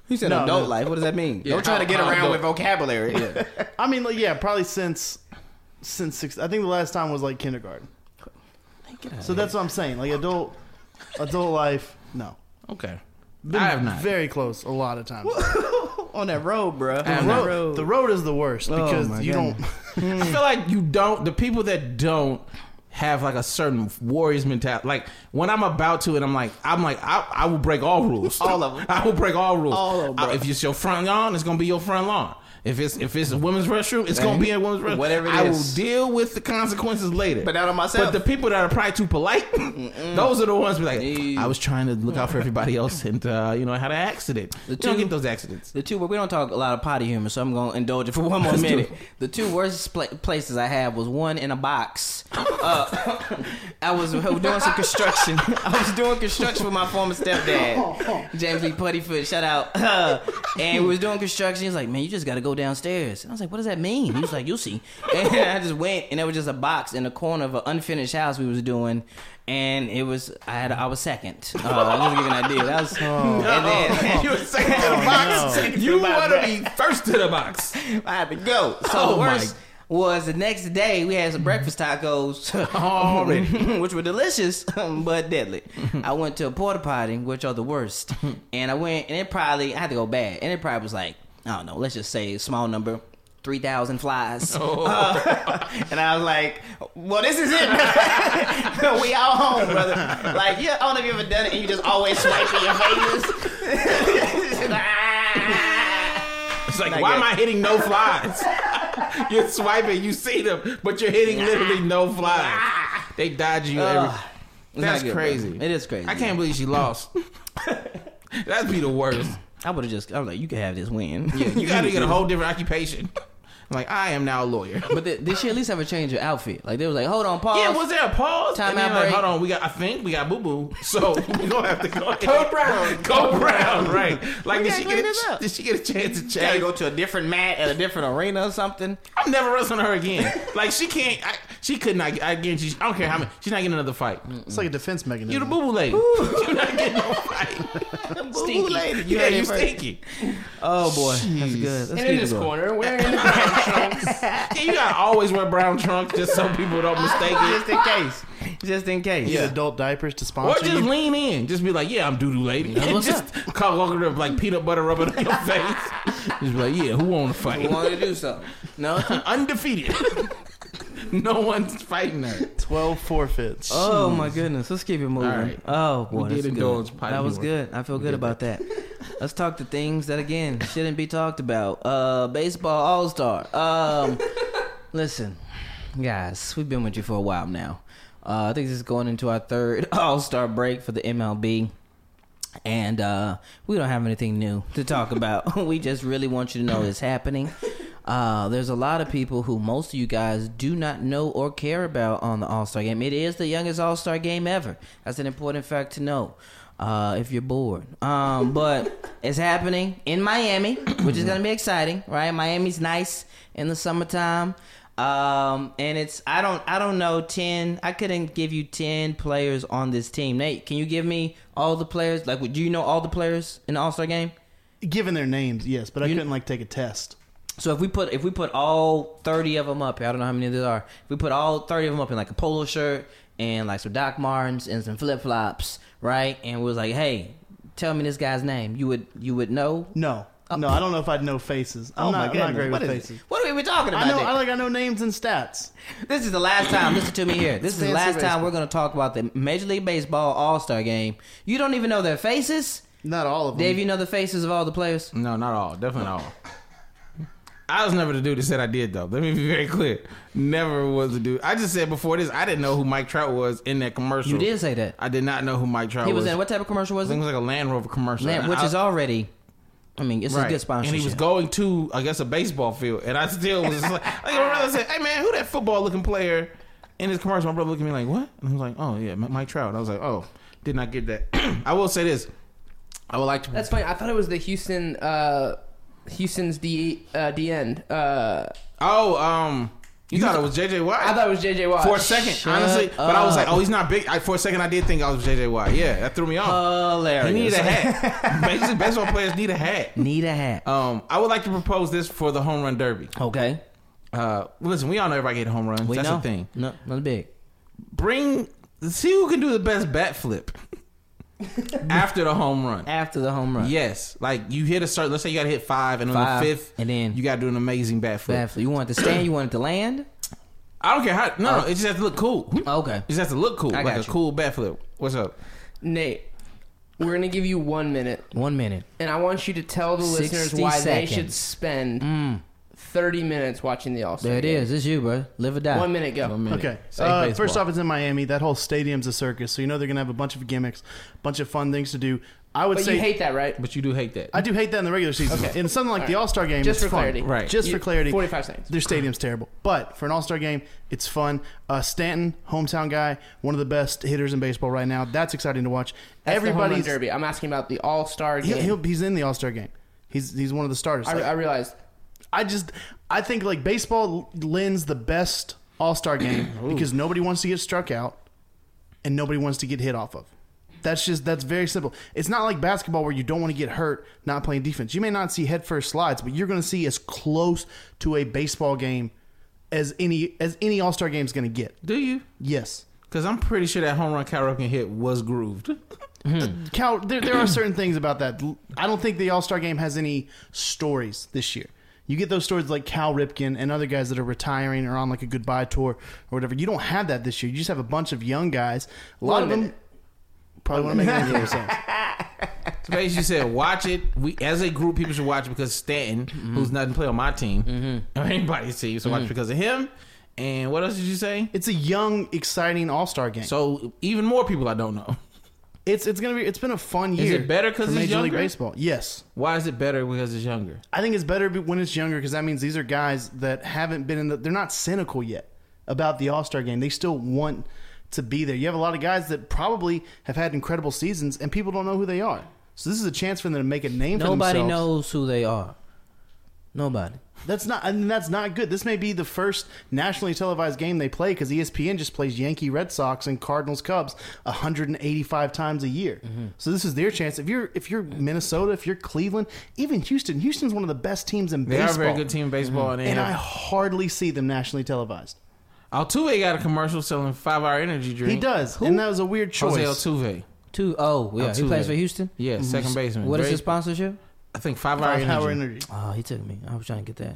Speaker 2: You said
Speaker 3: No,
Speaker 2: adult
Speaker 3: no.
Speaker 2: life. What does that mean?
Speaker 1: Yeah,
Speaker 2: Don't try
Speaker 1: how-
Speaker 2: to get
Speaker 1: how
Speaker 2: around
Speaker 1: adult-
Speaker 2: with vocabulary.
Speaker 3: I mean, like, yeah, probably since since six. I think the last time was like kindergarten. So that's what I'm saying. Like adult adult life, no.
Speaker 1: Okay.
Speaker 3: Been
Speaker 1: I have not.
Speaker 3: Very close a lot of times.
Speaker 2: On that road, bro.
Speaker 1: have
Speaker 3: The
Speaker 1: not.
Speaker 3: road, the road is the worst because
Speaker 2: my
Speaker 3: you
Speaker 2: goodness.
Speaker 1: I feel like you don't. The people that don't have like a certain warriors mentality. Like when I'm about to, and I'm like, I'm like, I, I will break all rules.
Speaker 2: All of 'em.
Speaker 1: I will break all rules.
Speaker 2: All of 'em, bro.
Speaker 1: I- if it's your front lawn, it's gonna be your front lawn. If it's if it's a women's restroom, it's gonna be a women's restroom.
Speaker 2: Whatever it
Speaker 1: I
Speaker 2: is.
Speaker 1: will deal with the consequences later.
Speaker 2: But not on myself.
Speaker 1: But the people that are probably too polite, those are the ones be like,
Speaker 2: Ew.
Speaker 1: I was trying to look out for everybody else, and uh, you know, I had an accident. you don't
Speaker 2: two-
Speaker 1: get those accidents.
Speaker 2: The two, but we don't talk a lot of potty humor, so I'm gonna indulge it for one more minute. The two worst pla places I had was one in a box. Uh, I was doing some construction. I was doing construction with my former stepdad, James Lee Puttyfoot. Shout out. Uh, and we was doing construction. He was like, "Man, you just gotta go downstairs." And I was like, "What does that mean?" He was like, "You'll see." And I just went, and there was just a box in the corner of an unfinished house we was doing. And it was I had I was second. Uh, just to give you an idea. That was and then
Speaker 1: you were second to
Speaker 2: Oh,
Speaker 1: the box. You want to be first to the box.
Speaker 2: I had to go. So
Speaker 1: Oh,
Speaker 2: the
Speaker 1: my-
Speaker 2: worst was the next day we had some breakfast tacos
Speaker 1: Already.
Speaker 2: which were delicious but deadly. I went to a porta potty, which are the worst, and I went and it probably I had to go bad, and it probably was like I don't know, let's just say a small number. 3,000 flies.
Speaker 1: Oh.
Speaker 2: Uh, and I was like, well, this is it. we all home, brother. Like, yeah, I don't know if you ever done it and you just always swipe in your fingers.
Speaker 1: It's like,
Speaker 2: Not
Speaker 1: why
Speaker 2: yet.
Speaker 1: am I hitting no flies? you're swiping, you see them, but you're hitting literally no flies. They dodge you every.
Speaker 2: Ugh. It's
Speaker 1: That's
Speaker 2: not good,
Speaker 1: crazy.
Speaker 2: bro. It is crazy.
Speaker 1: I can't believe she lost. That'd be the worst.
Speaker 2: I would have just. I was like, you could have this win.
Speaker 1: Yeah, you gotta get a whole different occupation. I'm like, I am now a lawyer.
Speaker 2: But th- did she at least have a change of outfit? Like they was like, hold on, pause.
Speaker 1: Yeah, was there a pause?
Speaker 2: Time
Speaker 1: and then
Speaker 2: out
Speaker 1: like,
Speaker 2: break.
Speaker 1: hold on, we got. I think we got boo boo, so we gonna have to go. Code Brown, Code Brown, right? Like, did
Speaker 2: gotta
Speaker 1: she
Speaker 2: clean
Speaker 1: get?
Speaker 2: this
Speaker 1: A,
Speaker 2: up.
Speaker 1: did she get a chance to
Speaker 2: gotta
Speaker 1: change?
Speaker 2: go to a different mat at a different arena or something.
Speaker 1: I'm never wrestling her again. Like she can't. I, she could not. I guarantee. she- I don't care how many. She's not getting another fight.
Speaker 3: It's like a defense mechanism.
Speaker 1: You the boo boo lady. You're not getting no fight.
Speaker 2: Stinky lady, you
Speaker 1: yeah,
Speaker 2: heard it
Speaker 1: you
Speaker 2: first.
Speaker 1: stinky.
Speaker 2: Oh boy, that's good. Let's
Speaker 5: And
Speaker 2: keep
Speaker 5: in
Speaker 2: it
Speaker 5: this
Speaker 2: going.
Speaker 5: corner, wearing the brown trunks.
Speaker 1: Yeah, you gotta always wear brown trunks just so people don't mistake it.
Speaker 2: Just in case. just in case.
Speaker 3: Get adult diapers to
Speaker 1: Or
Speaker 3: sponsor
Speaker 1: just
Speaker 3: you.
Speaker 1: lean in. Just be like, yeah, I'm doodoo lady. And
Speaker 2: what's
Speaker 1: just call walking up like peanut butter rubbing on your face. Just be like, yeah, who wanna
Speaker 2: You
Speaker 1: fight?
Speaker 2: want to do something? No.
Speaker 1: Undefeated. no one's fighting her.
Speaker 3: 12 forfeits.
Speaker 2: Oh my goodness. Let's keep it moving.
Speaker 1: All right.
Speaker 2: Oh boy,
Speaker 1: We did
Speaker 2: that's
Speaker 1: indulge
Speaker 2: good.
Speaker 1: pipe
Speaker 2: That was
Speaker 1: humor.
Speaker 2: good. I feel good about that. Let's talk to things that again shouldn't be talked about. Uh, baseball All Star. Um, listen, guys, we've been with you for a while now. Uh, I think this is going into our third All Star break for the MLB. And uh, we don't have anything new to talk about. we just really want you to know it's happening. Uh, there's a lot of people who most of you guys do not know or care about on the All Star game. It is the youngest All Star game ever. That's an important fact to know uh, if you're bored. Um, but it's happening in Miami, which is going to be exciting, right? Miami's nice in the summertime. Um, and it's I don't I don't know ten. I couldn't give you ten players on this team. Nate, can you give me all the players? Like, would you know all the players in the All Star game?
Speaker 3: Given their names, yes, but I
Speaker 2: You-
Speaker 3: couldn't like take a test.
Speaker 2: So if we put if we put all thirty of them up, I don't know how many there are. If we put all thirty of them up in like a polo shirt and like some Doc Martens and some flip flops, right? And we was like, hey, tell me this guy's name. You would you would know?
Speaker 3: No. No, I don't know if I'd know faces. I'm,
Speaker 2: Oh
Speaker 3: not,
Speaker 2: my
Speaker 3: I'm not great with
Speaker 2: goodness, what is-
Speaker 3: faces.
Speaker 2: What are we even talking about?
Speaker 3: I know,
Speaker 2: then?
Speaker 3: I like, I know names and stats.
Speaker 2: This is the last time. Listen to me here. This is the
Speaker 3: Fancy
Speaker 2: last time
Speaker 3: baseball.
Speaker 2: we're going to talk about the Major League Baseball All Star Game. You don't even know their faces,
Speaker 3: Not all of them.
Speaker 2: Dave. You know the faces of all the players.
Speaker 1: No, not all. Definitely not all. I was never the dude that said I did though. Let me be very clear. Never was the dude. I just said before this, I didn't know who Mike Trout was in that commercial.
Speaker 2: You did say that.
Speaker 1: I did not know who Mike Trout
Speaker 2: He
Speaker 1: was.
Speaker 2: was in what type of commercial was
Speaker 1: I think
Speaker 2: it?
Speaker 1: it was like a Land Rover commercial,
Speaker 2: Man,
Speaker 1: And
Speaker 2: which
Speaker 1: I-
Speaker 2: is already. I mean, it's a good sponsorship.
Speaker 1: And he was going to, I guess, a baseball field. And I still was just like, like my brother said, hey, man, who that football looking player in his commercial? My brother looked at me like, what? And I was like, oh, yeah, M- Mike Trout. I was like, oh, did not get that. I will say this. I would like to.
Speaker 5: That's funny. I thought it was the Houston, uh, Houston's D uh, D end. Uh,
Speaker 1: oh, um, you, thought it was JJ Watt?
Speaker 5: I thought it was JJ Watt.
Speaker 1: for a second,
Speaker 2: Shut
Speaker 1: honestly. But I was like,
Speaker 2: up. Uh,
Speaker 1: oh, he's not big. I, for a second, I did think I was JJ Watt. Yeah, that threw me off.
Speaker 2: hilarious.
Speaker 1: he needed a hat. Basically, baseball players need a hat.
Speaker 2: Need a hat.
Speaker 1: Um, I would like to propose this for the home run derby.
Speaker 2: okay,
Speaker 1: Uh, listen, we all know everybody get home runs. Oh,
Speaker 2: we
Speaker 1: That's
Speaker 2: know.
Speaker 1: the thing.
Speaker 2: No, not big.
Speaker 1: bring see who can do the best bat flip after the home run.
Speaker 2: After the home run,
Speaker 1: Yes, like you hit a certain. Let's say you got to hit five, and on
Speaker 2: Five,
Speaker 1: the fifth,
Speaker 2: and then-
Speaker 1: you got to do an amazing bat flip.
Speaker 2: Bad flip. You want it to stand. You want it to land.
Speaker 1: I don't care how. No, no, it just has to look cool.
Speaker 2: Okay.
Speaker 1: It just has to look cool,
Speaker 2: Oh. I
Speaker 1: like
Speaker 2: got
Speaker 1: a
Speaker 2: you.
Speaker 1: cool bat flip. What's up?
Speaker 5: Nate, we're gonna give you one minute,
Speaker 2: One minute.
Speaker 5: and I want you to tell the
Speaker 2: 60
Speaker 5: listeners why they
Speaker 2: seconds.
Speaker 5: should spend thirty minutes watching the All Star.
Speaker 2: There it is. It's you, bro. Live or die.
Speaker 5: One minute, go.
Speaker 3: Okay.
Speaker 1: Safe
Speaker 3: Uh,
Speaker 1: baseball.
Speaker 3: first off, it's in Miami. That whole stadium's a circus, so you know they're gonna have a bunch of gimmicks, bunch of fun things to do. I would
Speaker 5: But
Speaker 3: say
Speaker 5: you hate that, right?
Speaker 1: But you do hate that.
Speaker 3: I do hate that in the regular season. In something like the All Star game,
Speaker 5: Just
Speaker 3: it's
Speaker 5: for
Speaker 3: fun.
Speaker 5: clarity.
Speaker 1: Right.
Speaker 3: Just
Speaker 5: You-
Speaker 3: for clarity,
Speaker 5: 45 seconds.
Speaker 3: Their stadium's terrible, but for an All Star game, it's fun. Uh, Stanton, hometown guy, one of the best hitters in baseball right now. That's exciting to watch.
Speaker 5: That's the home run
Speaker 3: Everybody's
Speaker 5: derby. I'm asking about the All Star
Speaker 3: he-
Speaker 5: game.
Speaker 3: he'll- he's in the All Star game. He's he's one of the starters.
Speaker 5: I,
Speaker 3: Like,
Speaker 5: I realized
Speaker 3: I just I think like baseball lends the best All Star game because nobody wants to get struck out, and nobody wants to get hit off of. That's just that's very simple. It's not like basketball where you don't want to get hurt not playing defense. You may not see headfirst slides, but you're going to see as close to a baseball game as any as any All Star game is going to get.
Speaker 1: do you?
Speaker 3: Yes,
Speaker 1: Because I'm pretty sure that home run Cal Ripken hit was grooved.
Speaker 3: Cal. There, there are certain things about that. I don't think the All Star game has any stories this year. You get those stories like Cal Ripken and other guys that are retiring or on like a goodbye tour or whatever. You don't have that this year. You just have a bunch of young guys. A lot
Speaker 5: One
Speaker 3: of them
Speaker 5: minute.
Speaker 3: probably want to make an NBA sense.
Speaker 1: So basically, you said watch it. We as a group, people should watch it because Stanton, who's not play on my team or anybody's team, so watch it because of him. And what else did you say?
Speaker 3: It's a young, exciting All Star game.
Speaker 1: So even more people I don't know.
Speaker 3: it's it's gonna be it's been a fun year.
Speaker 1: it better 'cause
Speaker 3: for
Speaker 1: it's
Speaker 3: Major League
Speaker 1: younger?
Speaker 3: Baseball? Yes.
Speaker 1: Why is it better because it's younger?
Speaker 3: I think it's better be- when it's younger because that means these are guys that haven't been in the. They're not cynical yet about the All Star game. They still want to be there. You have a lot of guys that probably have had incredible seasons and people don't know who they are. So this is a chance for them to make a name
Speaker 2: Nobody
Speaker 3: for themselves.
Speaker 2: knows who they are. Nobody.
Speaker 3: That's not. I mean, that's not good. This may be the first nationally televised game they play E because ESPN just plays Yankee Red Sox and Cardinals Cubs 185 times a year.
Speaker 2: Mm-hmm.
Speaker 3: So this is their chance. If you're if you're Minnesota, if you're Cleveland, even Houston. Houston's one of the best teams in
Speaker 1: They
Speaker 3: baseball.
Speaker 1: are a very good team in baseball, and, they
Speaker 3: and I
Speaker 1: have,
Speaker 3: hardly see them nationally televised.
Speaker 1: I, Altuve got a commercial selling five hour energy drink.
Speaker 3: He does, and that was a weird
Speaker 1: Jose
Speaker 3: choice.
Speaker 1: Altuve.
Speaker 2: Two oh yeah, he
Speaker 1: Altuve.
Speaker 2: plays for Houston.
Speaker 1: Yeah, second baseman.
Speaker 2: What is
Speaker 1: Very-
Speaker 2: his sponsorship?
Speaker 1: I think five hour
Speaker 3: Five
Speaker 1: energy.
Speaker 3: power energy.
Speaker 2: Oh, he took me. I was trying to get that.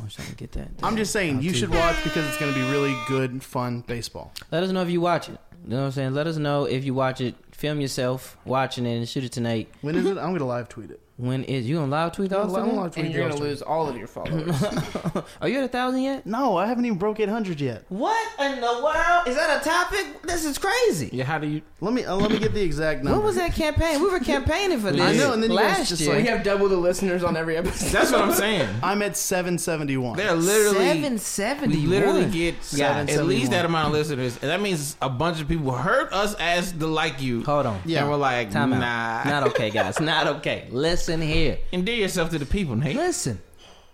Speaker 2: I was trying to get that.
Speaker 3: I'm just saying you should watch because it's going to be really good, and fun baseball.
Speaker 2: Let us know if you watch it. You know what I'm saying? Let us know if you watch it. Film yourself watching it and shoot it tonight.
Speaker 3: When is it? I'm going to live tweet it.
Speaker 2: When is you on live tweet
Speaker 3: I'm
Speaker 2: those?
Speaker 3: gonna- I'm gonna live tweet
Speaker 5: and you're
Speaker 3: the
Speaker 5: gonna
Speaker 3: All-Star.
Speaker 5: lose all of your followers.
Speaker 2: Are you at a thousand yet?
Speaker 3: No, I haven't even broke 800 yet.
Speaker 2: What in the world? Is that a topic? This is crazy.
Speaker 1: Yeah, how do you?
Speaker 3: Let me uh, let me get the exact number.
Speaker 2: What was that campaign? We were campaigning for this.
Speaker 3: I know, and then you guys
Speaker 2: last
Speaker 3: just
Speaker 2: year.
Speaker 5: we have double the listeners on every episode.
Speaker 1: That's what I'm saying.
Speaker 3: I'm at 771.
Speaker 1: They're literally
Speaker 2: seven seventy.
Speaker 1: We literally get
Speaker 2: Seven
Speaker 1: at least
Speaker 3: seventy-one.
Speaker 1: that amount of listeners, and that means a bunch of people heard us as the like you.
Speaker 2: Hold on.
Speaker 3: Yeah.
Speaker 1: and we're like,
Speaker 2: Time
Speaker 1: nah,
Speaker 2: out. Not okay, guys. Not okay. Listen here.
Speaker 1: endear yourself to the people, Nate.
Speaker 2: Listen.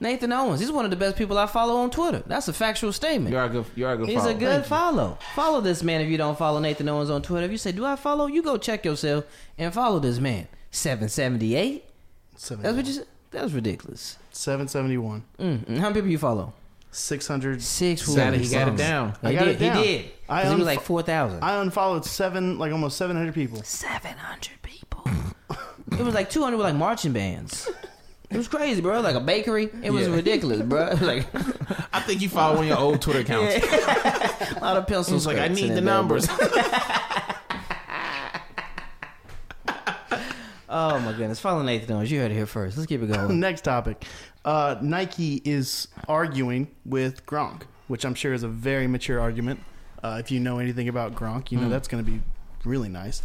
Speaker 2: Nathan Owens. He's one of the best people I follow on Twitter. That's a factual statement.
Speaker 1: You are a good. You are a good.
Speaker 2: He's
Speaker 1: follower.
Speaker 2: a good follow. Follow this man if you don't follow Nathan Owens on Twitter. If you say, "Do I follow?" You go check yourself and follow this man. Seven seventy eight. That's what you said. That was ridiculous.
Speaker 3: 771.
Speaker 2: Mm. How many people you follow?
Speaker 3: 600.
Speaker 2: Six. who
Speaker 1: Sadly,
Speaker 2: are
Speaker 1: he got it
Speaker 2: some.
Speaker 1: down.
Speaker 2: He
Speaker 3: I got
Speaker 2: did.
Speaker 3: it down.
Speaker 2: He did.
Speaker 3: I
Speaker 2: 'Cause he
Speaker 3: unfo-
Speaker 2: was like four thousand.
Speaker 3: I unfollowed seven, like almost 700 people.
Speaker 2: Seven hundred people. it was like two hundred were like marching bands. It was crazy, bro. Like a bakery. It was
Speaker 1: Yeah.
Speaker 2: ridiculous, bro. Like
Speaker 1: I think you follow one of your old Twitter accounts.
Speaker 2: a lot of pencils.
Speaker 1: It's like I need the numbers.
Speaker 2: Oh my goodness! Follow Nathan Owens. You heard it here first. Let's keep it going.
Speaker 3: Next topic. Uh, Nike is arguing with Gronk, which I'm sure is a very mature argument. Uh, if you know anything about Gronk, you know that's going to be really nice.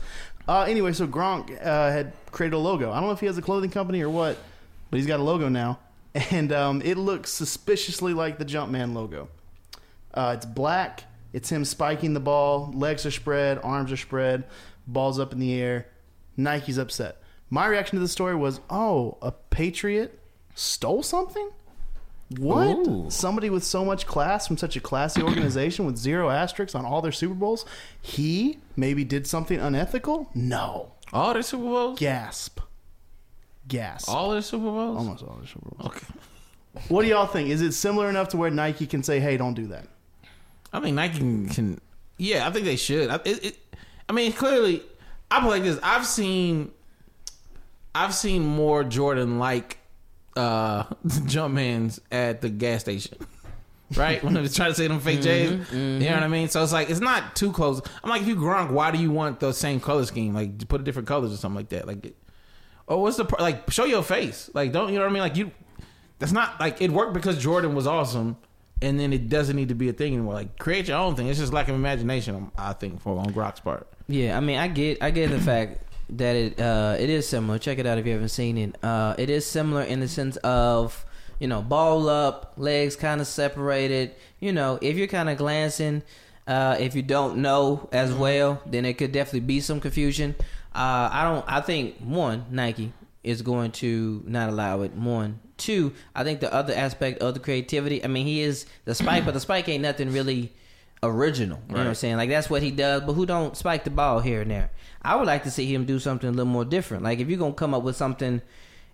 Speaker 3: Uh, anyway, so Gronk uh, had created a logo. I don't know if he has a clothing company or what, but he's got a logo now. And um, it looks suspiciously like the Jumpman logo. Uh, it's black. It's him spiking the ball. Legs are spread. Arms are spread. Ball's up in the air. Nike's upset. My reaction to the story was, "Oh, a patriot stole something? What?
Speaker 2: Ooh.
Speaker 3: Somebody with so much class from such a classy organization with zero asterisks on all their Super Bowls? He maybe did something unethical? No.
Speaker 1: all their Super Bowls.
Speaker 3: Gasp. Gasp.
Speaker 1: All their Super Bowls.
Speaker 3: Almost all their Super Bowls.
Speaker 1: Okay.
Speaker 3: What do y'all think? Is it similar enough to where Nike can say, "Hey, don't do that"?
Speaker 1: I think Nike can, can yeah, I think they should. I, it, it, I mean, clearly, I'm like this. I've seen, I've seen more Jordan like uh Jumpmans at the gas station. Right when I was trying to say them fake J's, you know what I mean. So it's like it's not too close. I'm like, if you Gronk, why do you want the same color scheme? Like, put a different colors or something like that. Like, it, or Oh, what's the pro- like? Show your face. Like, don't you know what I mean? Like, you that's not like it worked because Jordan was awesome, and then it doesn't need to be a thing anymore. Like create your own thing. It's just lack of imagination, I think, for on Grock's part.
Speaker 2: Yeah, I mean, I get, I get the fact that it, uh, it is similar. Check it out if you haven't seen it. Uh, it is similar in the sense of, you know, ball up, legs kind of separated. You know, if you're kind of glancing, uh, if you don't know as well, then it could definitely be some confusion. Uh, I don't. I think one Nike is going to not allow it. One, two. I think the other aspect of the creativity. I mean, he is the spike, but the spike ain't nothing really original. You know what I'm saying? Like that's what he does, but who don't spike the ball here and there? I would like to see him do something a little more different. Like if you're gonna come up with something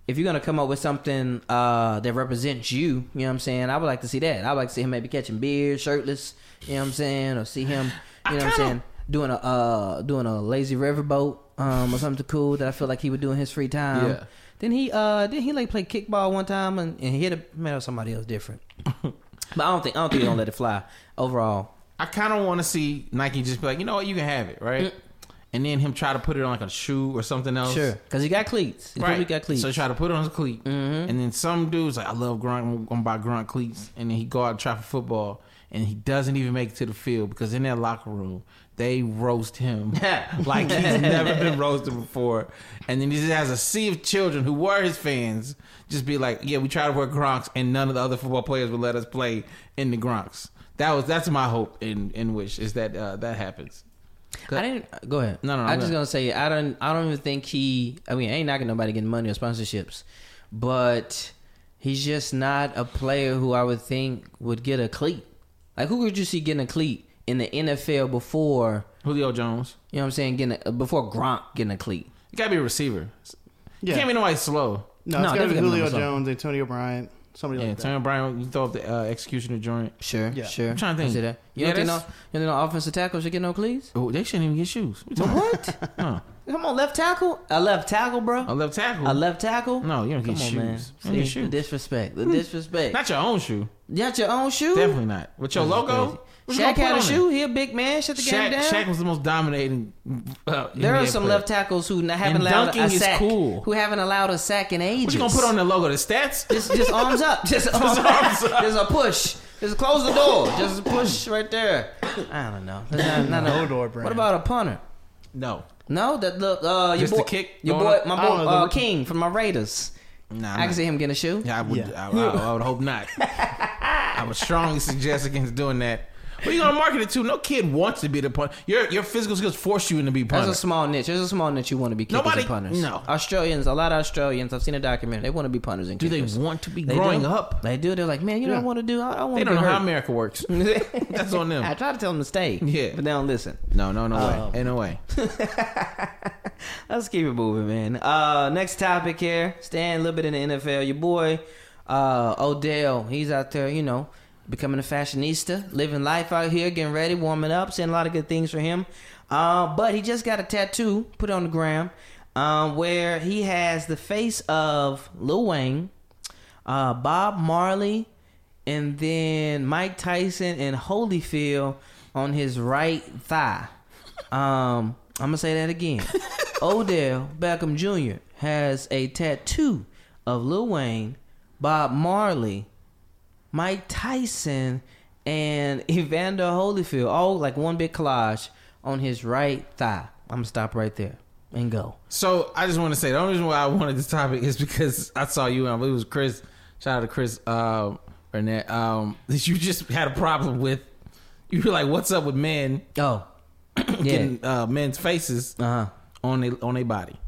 Speaker 2: if you're gonna come up with something uh, that represents you, you know what I'm saying? I would like to see that. I would like to see him maybe catching beer, shirtless, you know what I'm saying, or see him you know what I'm saying, doing a uh, doing a lazy riverboat, um, or something cool that I feel like he would do in his free time.
Speaker 1: Yeah.
Speaker 2: Then he uh then he like play kickball one time and, and hit a man or somebody else different. but I don't think I don't think he gonna let it fly overall.
Speaker 1: I kind of want to see Nike just be like, you know what, you can have it, right? And then him try to put it on like a shoe or something else.
Speaker 2: Sure, because he got cleats. He probably
Speaker 1: Right.
Speaker 2: got cleats. Mm-hmm.
Speaker 1: So he try to put it on his cleat. And then some dude's like, I love Grunt. I'm going to buy Grunt cleats. And then he go out and try for football. And he doesn't even make it to the field because in that locker room, they roast him like he's never been roasted before. And then he just has a sea of children who were his fans just be like, yeah, we try to wear Gronks and none of the other football players would let us play in the Gronks. That was that's my hope in in wish is that uh, that happens.
Speaker 2: I didn't. Go ahead.
Speaker 1: No, no, no, go
Speaker 2: I'm just
Speaker 1: ahead.
Speaker 2: gonna say I don't. I don't even think he. I mean, I ain't knocking nobody getting money or sponsorships, but he's just not a player who I would think would get a cleat. Like who could you see getting a cleat in the NFL before?
Speaker 1: Julio Jones,
Speaker 2: You know what I'm saying? Getting a, before Gronk getting a cleat.
Speaker 1: you gotta be a receiver.
Speaker 3: Yeah.
Speaker 1: You can't be nobody slow.
Speaker 3: No, it's
Speaker 2: No,
Speaker 3: got to
Speaker 2: definitely
Speaker 3: be
Speaker 2: gotta be
Speaker 3: Julio
Speaker 2: number seven.
Speaker 3: Jones, Antonio Bryant, Somebody
Speaker 1: Yeah,
Speaker 3: like that.
Speaker 1: Antonio Brown, you throw up the uh, executioner joint.
Speaker 2: Sure,
Speaker 3: Yeah.
Speaker 2: sure.
Speaker 1: I'm trying to
Speaker 2: I
Speaker 1: think.
Speaker 2: see that. You
Speaker 1: Yeah,
Speaker 2: don't think no, you
Speaker 1: that's-
Speaker 2: don't think no offensive tackle should get no cleats?
Speaker 1: Oh, they shouldn't even get shoes. What? you talking
Speaker 2: What?
Speaker 1: about? Huh.
Speaker 2: Come on, left tackle. A left tackle, bro.
Speaker 1: A left tackle.
Speaker 2: A left tackle.
Speaker 1: No, you don't
Speaker 2: Come
Speaker 1: get
Speaker 2: on,
Speaker 1: shoes.
Speaker 2: man.
Speaker 1: You don't get
Speaker 2: See,
Speaker 1: shoes.
Speaker 2: disrespect. The disrespect.
Speaker 1: Not your own shoe.
Speaker 2: you got your own shoe.
Speaker 1: Definitely not. With your logo. what you gonna
Speaker 2: Shaq had a
Speaker 1: put on
Speaker 2: shoe. He a big man. Shut the
Speaker 1: it? Shaq,
Speaker 2: game down.
Speaker 1: Shaq was the most dominating. Uh,
Speaker 2: there are
Speaker 1: NBA
Speaker 2: some
Speaker 1: player.
Speaker 2: left tackles who n- haven't
Speaker 1: And
Speaker 2: allowed
Speaker 1: dunking
Speaker 2: a
Speaker 1: is
Speaker 2: sack.
Speaker 1: cool.
Speaker 2: Who haven't allowed a sack in ages.
Speaker 1: What you gonna put on the logo? The stats?
Speaker 2: Just, just arms up. Just,
Speaker 1: arms
Speaker 2: arms,
Speaker 1: up.
Speaker 2: Just a push. Just close the door. Just push right there. I don't know. That's not- not a-
Speaker 3: No door brand.
Speaker 2: What about a punter?
Speaker 1: No.
Speaker 2: No, that look. Uh, your
Speaker 1: Just
Speaker 2: boy,
Speaker 1: the kick
Speaker 2: Your
Speaker 1: going
Speaker 2: boy,
Speaker 1: up?
Speaker 2: my
Speaker 3: I don't
Speaker 2: boy,
Speaker 3: know,
Speaker 2: uh,
Speaker 3: the-
Speaker 2: King from my Raiders.
Speaker 1: Nah.
Speaker 2: I
Speaker 1: I'm
Speaker 2: can
Speaker 1: not.
Speaker 2: see him getting a shoe.
Speaker 1: Yeah, I would.
Speaker 3: Yeah.
Speaker 1: I, I- I would hope not. I would strongly suggest against doing that. What are you gonna market it to? No kid wants to be the punter. Your your physical skills force you into be
Speaker 2: That's
Speaker 1: punter.
Speaker 2: a small niche. There's a small niche you want to be kickers
Speaker 1: Nobody-
Speaker 2: and punters.
Speaker 1: no.
Speaker 2: Australians, a lot of Australians. I've seen a documentary. They want to be punters and
Speaker 1: Do they
Speaker 2: kickers.
Speaker 1: want to be growing
Speaker 2: do.
Speaker 1: up?
Speaker 2: They do. They're like, man, you know what I want to do? I, I want
Speaker 1: They
Speaker 2: to
Speaker 1: don't know
Speaker 2: be
Speaker 1: how
Speaker 2: hurt.
Speaker 1: America works. That's on them.
Speaker 2: I try to tell them to stay.
Speaker 1: Yeah.
Speaker 2: but they don't listen.
Speaker 1: No, no, no way. Ain't no way.
Speaker 2: Let's keep it moving, man. Uh, next topic here. Staying a little bit in the NFL. Your boy uh, Odell, he's out there, you know, becoming a fashionista, living life out here, getting ready, warming up, saying a lot of good things for him. Uh, but he just got a tattoo put on the gram um, where he has the face of Lil Wayne, uh, Bob Marley, and then Mike Tyson and Holyfield on his right thigh. Um, I'm gonna say that again. Odell Beckham Jr. has a tattoo of Lil Wayne, Bob Marley, Mike Tyson, and Evander Holyfield, all like one big collage on his right thigh. I'm gonna stop right there and go.
Speaker 1: So I just want to say the only reason why I wanted this topic is because I saw you and I believe it was Chris. Shout out to Chris um, Burnett. Um, that you just had a problem with. You were like, "What's up with men
Speaker 2: Oh, yeah.
Speaker 1: getting uh, men's faces
Speaker 2: Uh huh.
Speaker 1: on a on a body?"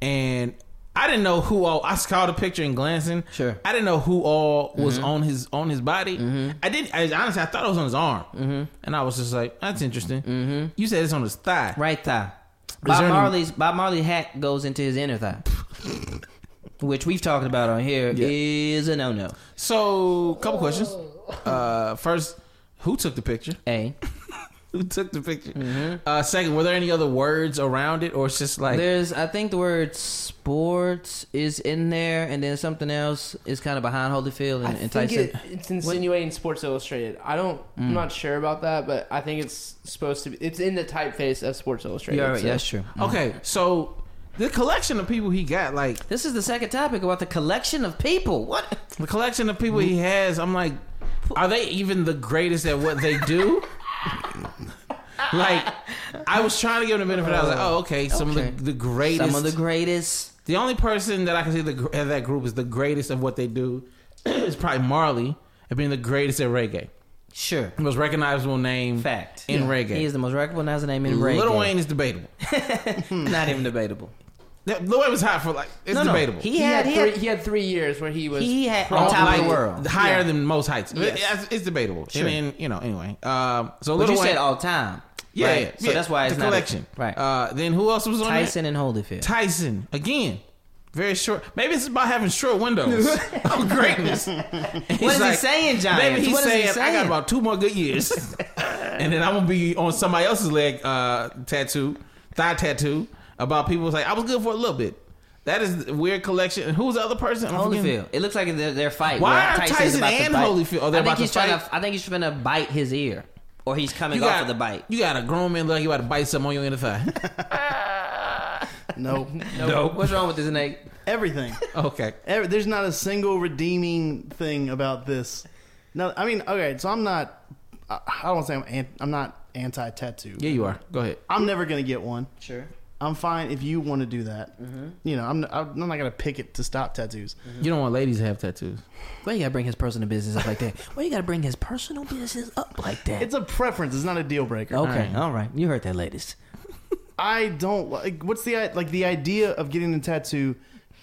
Speaker 1: And I didn't know who all. I saw the picture and glancing.
Speaker 2: Sure. Mm-hmm.
Speaker 1: I didn't know who all was on his on his body. I didn't. I, honestly, I thought it was on his arm,
Speaker 2: Mm-hmm.
Speaker 1: and I was just like, "That's interesting." Mm-hmm. You said it's on his thigh.
Speaker 2: Right thigh. Bob
Speaker 1: there any-
Speaker 2: Marley's Bob Marley hat goes into his inner thigh, which we've talked about on here is
Speaker 1: Yeah.
Speaker 2: a no no.
Speaker 1: So, couple questions. Uh, first, who took the picture?
Speaker 2: A
Speaker 1: Who took the picture?
Speaker 2: Mm-hmm.
Speaker 1: Uh, second, were there any other words around it, or it's just like
Speaker 2: There's, I think the word sports is in there, and then something else is kind of behind Holyfield
Speaker 5: I
Speaker 2: and, and
Speaker 5: think
Speaker 2: Tyson. Mm.
Speaker 5: it, it's insinuating Sports Illustrated. I don't. I'm not sure about that, but I think it's supposed to be. It's in the typeface of Sports Illustrated.
Speaker 2: You're right,
Speaker 5: so-
Speaker 2: that's true.
Speaker 1: okay? So, the collection of people he got, like
Speaker 2: This is the second topic about the collection of people. What?
Speaker 1: the collection of people he has, I'm like, are they even the greatest at what they do? like, I was trying to give him the benefit. I was like, oh, okay, some
Speaker 2: Okay.
Speaker 1: of the, the greatest.
Speaker 2: Some of the greatest.
Speaker 1: The only person that I can see the, of that group is the greatest of what they do is probably Marley at being the greatest at reggae.
Speaker 2: Sure.
Speaker 1: The most recognizable name
Speaker 2: Fact.
Speaker 1: in reggae.
Speaker 2: He is the most recognized name in reggae.
Speaker 1: Little Wayne is debatable.
Speaker 2: Not even debatable.
Speaker 1: That- Lil Wayne was hot for like it's
Speaker 2: No, no.
Speaker 1: debatable.
Speaker 2: He
Speaker 5: He, had,
Speaker 2: had, he
Speaker 5: three,
Speaker 2: had,
Speaker 5: he had three years where he was.
Speaker 2: he had
Speaker 1: On,
Speaker 2: on top of
Speaker 1: like,
Speaker 2: the world.
Speaker 1: higher than most heights.
Speaker 2: Yes.
Speaker 1: It's- It's debatable.
Speaker 2: Sure.
Speaker 1: And then you know anyway. Um, so
Speaker 2: But
Speaker 1: Lil
Speaker 2: you
Speaker 1: Wayne,
Speaker 2: said all time.
Speaker 1: yeah,
Speaker 2: right?
Speaker 1: yeah,
Speaker 2: So
Speaker 1: yeah.
Speaker 2: that's why it's
Speaker 1: the
Speaker 2: not a-
Speaker 1: collection.
Speaker 2: right.
Speaker 1: Uh, then who else was on there?
Speaker 2: Tyson and Holyfield.
Speaker 1: Tyson again. Very short. Maybe it's about having short windows of greatness.
Speaker 2: What is he saying, Giants?
Speaker 1: Maybe he's
Speaker 2: What is he
Speaker 1: saying, I
Speaker 2: saying?"
Speaker 1: got about two more good years, and then I'm gonna be on somebody else's leg uh, tattoo, thigh tattoo about people say I was good for a little bit. That is a weird collection. And who's the other person? I'm forgetting.
Speaker 2: Holyfield. It looks like their, their fight.
Speaker 1: Why
Speaker 2: where
Speaker 1: are
Speaker 2: Tyson's
Speaker 1: Tyson
Speaker 2: about to
Speaker 1: and
Speaker 2: bite.
Speaker 1: Holyfield- oh, they're
Speaker 2: I think
Speaker 1: about to
Speaker 2: he's trying
Speaker 1: fight?
Speaker 2: to. I think he's trying to bite his ear, or he's coming
Speaker 1: You
Speaker 2: off
Speaker 1: got-
Speaker 2: of the bite.
Speaker 1: You got a grown man look like you about to bite something on your inner thigh.
Speaker 3: No,
Speaker 1: Nope.
Speaker 2: What's wrong with this Nate?
Speaker 3: everything.
Speaker 1: okay.
Speaker 3: Every, there's not a single redeeming thing about this. No, I mean, okay, so I'm not. I, I don't wanna say I'm. An, I'm not anti-tattoo.
Speaker 1: Yeah, you are. Go ahead.
Speaker 3: I'm never gonna get one.
Speaker 2: Sure.
Speaker 3: I'm fine if you want to do that. You know, I'm. I'm not gonna pick it to stop tattoos.
Speaker 1: You don't want ladies to have tattoos.
Speaker 2: Why you gotta bring his personal business up like that? Why you gotta bring his personal business up like that?
Speaker 3: It's a preference. It's not a deal breaker.
Speaker 2: okay,
Speaker 1: Alright.
Speaker 2: all right. You heard that, ladies.
Speaker 3: I don't like. What's the like the idea of getting a tattoo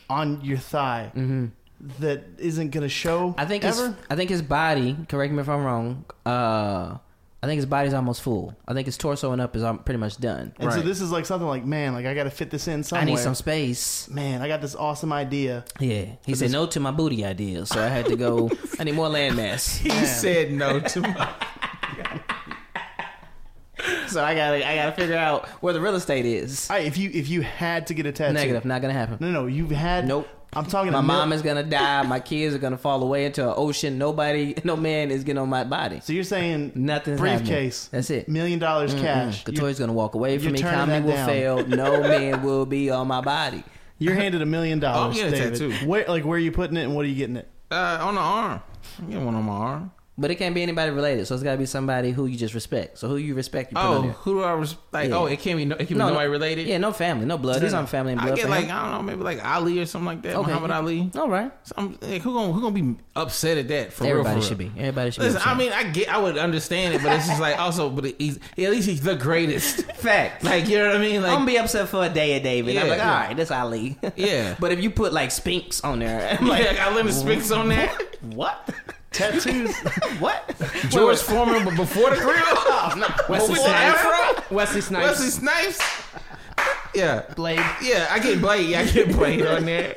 Speaker 3: on your thigh that isn't gonna show?
Speaker 2: I think his,
Speaker 3: ever.
Speaker 2: I think his body. Correct me if I'm wrong. Uh, I think his body's almost full. I think his torso and up is um, pretty much done.
Speaker 3: And so
Speaker 1: Right.
Speaker 3: this is like something like, man, like I got to fit this in somewhere.
Speaker 2: I need some space.
Speaker 3: Man, I got this awesome idea.
Speaker 2: Yeah, he said no to my booty idea, so I had to go. I need more landmass.
Speaker 1: He said no to my.
Speaker 2: So I gotta, I gotta figure out where the real estate is.
Speaker 3: All right, if you if you had to get a tattoo,
Speaker 2: Negative, not gonna happen.
Speaker 3: No, no, you've had.
Speaker 2: Nope.
Speaker 3: I'm talking.
Speaker 2: My
Speaker 3: a mil-
Speaker 2: mom is gonna die. My kids are gonna fall away into an ocean. Nobody, no man is getting on my body.
Speaker 3: So you're saying
Speaker 2: Nothing's
Speaker 3: briefcase.
Speaker 2: happening. That's it.
Speaker 3: Million dollars cash.
Speaker 2: The
Speaker 3: You-
Speaker 2: toy's gonna walk away
Speaker 3: you're
Speaker 2: from me.
Speaker 3: turning that
Speaker 2: Comedy will
Speaker 3: down.
Speaker 2: fail. No man will be on my body.
Speaker 3: You're handed a million dollars,
Speaker 1: getting a
Speaker 3: David.
Speaker 1: tattoo.
Speaker 3: Where, like, where are you putting it, and what are you getting it?
Speaker 1: Uh, on the arm. I get one on my arm.
Speaker 2: But it can't be anybody related. So it's gotta be somebody who you just respect. So who you respect, you put on
Speaker 1: Oh,
Speaker 2: there.
Speaker 1: who do I res- like?
Speaker 2: Yeah.
Speaker 1: Oh, it can't be. No, it can be nobody related.
Speaker 2: Yeah, no family, no blood. He's on family and blood.
Speaker 1: I get
Speaker 2: for
Speaker 1: like
Speaker 2: him.
Speaker 1: I don't know, maybe like Ali or something like that.
Speaker 2: Okay.
Speaker 1: Muhammad Ali.
Speaker 2: all right.
Speaker 1: So I'm, like, who gonna who gonna be upset at that? For
Speaker 2: Everybody
Speaker 1: real, for
Speaker 2: should
Speaker 1: real?
Speaker 2: be. Everybody should
Speaker 1: Listen,
Speaker 2: be.
Speaker 1: I mean, I get, I would understand it, but it's just like also, but he's at least he's the greatest.
Speaker 2: fact.
Speaker 1: Like you know what I mean?
Speaker 2: I'm
Speaker 1: Like
Speaker 2: gonna be upset for a day of David. I'm
Speaker 1: Yeah.
Speaker 2: like, all right, that's Ali.
Speaker 1: Yeah.
Speaker 2: but if you put like Spinks on there, I'm
Speaker 1: yeah,
Speaker 2: like,
Speaker 1: I got Lemon Spinks on there.
Speaker 2: what?
Speaker 3: Tattoos.
Speaker 2: what?
Speaker 1: George Foreman, but before the grill,
Speaker 5: Wesley
Speaker 1: before
Speaker 5: Snipes.
Speaker 1: Afro,
Speaker 5: Wesley Snipes.
Speaker 1: Wesley Snipes. Yeah,
Speaker 5: Blade.
Speaker 1: yeah, I get Blade. I get Blade on there.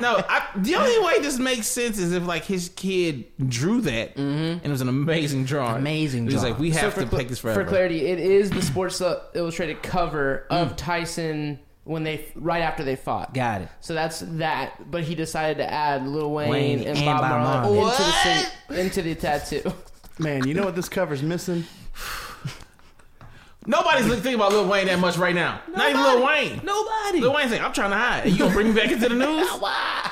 Speaker 1: No, I, the only way this makes sense is if like his kid drew that, and it was an amazing drawing.
Speaker 2: Mm-hmm. Amazing
Speaker 1: He's
Speaker 2: drawing.
Speaker 1: like, we have
Speaker 5: So
Speaker 1: to
Speaker 5: cl-
Speaker 1: take this forever.
Speaker 5: For clarity, it is the Sports Illustrated cover of Tyson when they right after they fought.
Speaker 2: Mm. Got it.
Speaker 5: So that's that. But he decided to add Lil Wayne,
Speaker 2: Wayne
Speaker 5: and,
Speaker 2: and
Speaker 5: Bob,
Speaker 2: Bob
Speaker 5: Marley,
Speaker 2: Marley.
Speaker 5: Into, the sa- into the tattoo.
Speaker 3: Man, you know what this cover's missing?
Speaker 1: Nobody's thinking about Lil Wayne that much right now. Not even Lil Wayne.
Speaker 2: Nobody.
Speaker 1: Lil Wayne's like, I'm trying to hide. You gonna bring me back into the news?
Speaker 2: Why?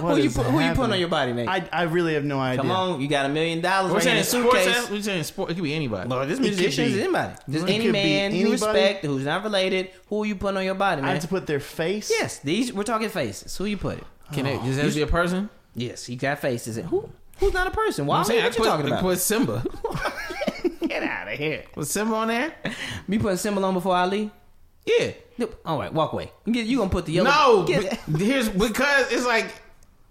Speaker 3: What
Speaker 2: Who you
Speaker 3: is
Speaker 2: put, who you putting
Speaker 3: happening?
Speaker 2: on your body, man?
Speaker 3: I, I really have no idea.
Speaker 2: Come on, you got a million dollars
Speaker 1: We're
Speaker 2: right in
Speaker 1: saying
Speaker 2: a
Speaker 1: sports.
Speaker 2: suitcase.
Speaker 1: We're saying sport. It could be anybody.
Speaker 2: Lord, this
Speaker 3: It could
Speaker 2: musician is
Speaker 3: be-
Speaker 2: anybody. Just
Speaker 3: It
Speaker 2: any
Speaker 3: could be
Speaker 2: man you
Speaker 3: anybody.
Speaker 2: respect who's not related. Who you putting on your body,
Speaker 3: I
Speaker 2: man?
Speaker 3: have to put their face.
Speaker 2: yes, these we're talking faces. Who you put it? Oh.
Speaker 1: Can it? Does that be a person?
Speaker 2: Yes, you got faces. Who? Who's not a person? Why?
Speaker 1: I'm saying I
Speaker 2: what you
Speaker 1: put,
Speaker 2: talking about?
Speaker 1: put Simba.
Speaker 2: Get out of here.
Speaker 1: Was Simba on there?
Speaker 2: Me putting symbol on before Ali?
Speaker 1: Yeah.
Speaker 2: Nope. All right, walk away. You get- you gonna put the yellow?
Speaker 1: No.
Speaker 2: Get-
Speaker 1: be- Here's because it's like.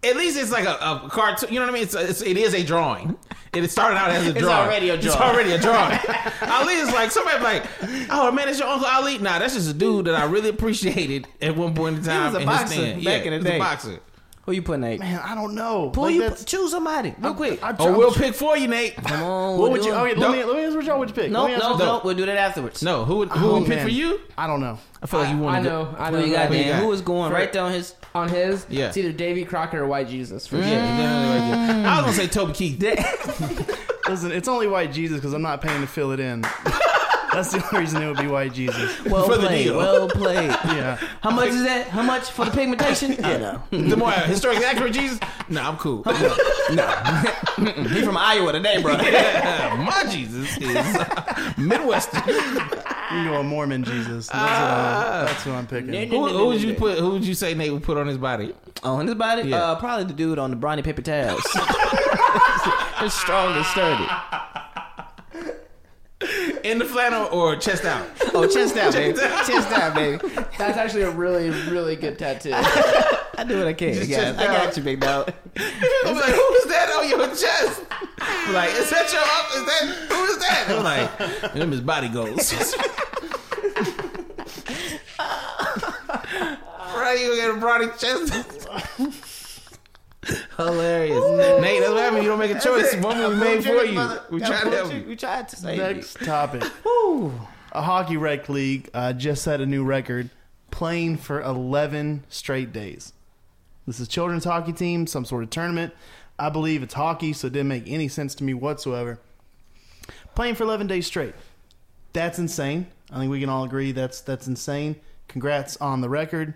Speaker 1: At least it's like a, a cartoon. You know what I mean? It's, it's it is a drawing. It started out as a drawing.
Speaker 2: already a
Speaker 1: It's
Speaker 2: drawing.
Speaker 1: already a drawing. Ali is like somebody be like, oh man, it's your uncle Ali. Nah, that's just a dude that I really appreciated at one point in time.
Speaker 2: was a
Speaker 1: in
Speaker 2: boxer
Speaker 1: his stand.
Speaker 2: back
Speaker 1: yeah,
Speaker 2: in the
Speaker 1: he was a
Speaker 2: day.
Speaker 1: boxer.
Speaker 2: Who you putting? Nate?
Speaker 3: Man, I don't know.
Speaker 2: Who
Speaker 3: Like,
Speaker 2: you
Speaker 3: that's-
Speaker 2: put, choose somebody real quick.
Speaker 3: I'm
Speaker 1: Oh,
Speaker 3: trying-
Speaker 1: we'll pick for you, Nate.
Speaker 2: Come on.
Speaker 3: What
Speaker 2: we'll
Speaker 3: would
Speaker 2: do
Speaker 3: you?
Speaker 2: them.
Speaker 3: Okay, let me let me ask what y'all would you pick.
Speaker 2: No,
Speaker 3: Let me ask
Speaker 2: no,
Speaker 3: what
Speaker 2: no.
Speaker 3: y'all-
Speaker 2: We'll do that afterwards.
Speaker 1: No, who would who
Speaker 3: Oh,
Speaker 1: would pick
Speaker 3: man.
Speaker 1: for you?
Speaker 3: I don't know.
Speaker 1: I feel like you
Speaker 5: I
Speaker 1: want to.
Speaker 5: know. I
Speaker 2: Who
Speaker 5: know.
Speaker 2: you got,
Speaker 1: Who you
Speaker 2: Dan?
Speaker 1: got?
Speaker 2: Who is going right there on his?
Speaker 5: On his,
Speaker 1: Yeah.
Speaker 5: it's either Davy Crocker or White Jesus. For sure.
Speaker 1: Yeah, yeah, yeah, yeah. I was gonna say Toby Keith.
Speaker 3: Listen, it's only white Jesus because I'm not paying to fill it in. That's the only reason it would be white Jesus.
Speaker 2: Well
Speaker 1: For the
Speaker 2: played.
Speaker 1: deal.
Speaker 2: Well played.
Speaker 3: Yeah.
Speaker 2: How much is that? How much for the pigmentation? Uh, I don't know.
Speaker 1: The more historically accurate Jesus. Nah, I'm cool.
Speaker 2: He from Iowa today, bro.
Speaker 1: My Jesus is Midwestern.
Speaker 3: You know, a Mormon Jesus. That's, what I'm, that's who I'm picking.
Speaker 1: Who, who would you put? Who would you say Nate would put on his body?
Speaker 2: on his body,
Speaker 1: Yeah.
Speaker 2: uh, probably the dude on the brownie paper towels. it's strong and sturdy.
Speaker 1: In the flannel or chest out?
Speaker 2: Oh, chest out, baby. Chest out, baby.
Speaker 5: That's actually a really, really good tattoo.
Speaker 2: I do what I can.
Speaker 1: Just
Speaker 2: guys.
Speaker 1: chest
Speaker 2: I
Speaker 1: out.
Speaker 2: got you, big dog.
Speaker 1: I'm like, who is that on your chest? Like, is that your up? Is that who is that? I'm like, and then his body goes. right, you get a broad chest. Hilarious, Nate. That's what happens. You don't make a choice. One we made for you. We tried to help you.
Speaker 2: We tried to save
Speaker 3: Next topic. A hockey rec league uh, just set a new record, playing for 11 straight days. This is children's hockey team, some sort of tournament. I believe it's hockey, so it didn't make any sense to me whatsoever. Playing for 11 days straight. That's insane. I think we can all agree that's that's insane. Congrats on the record.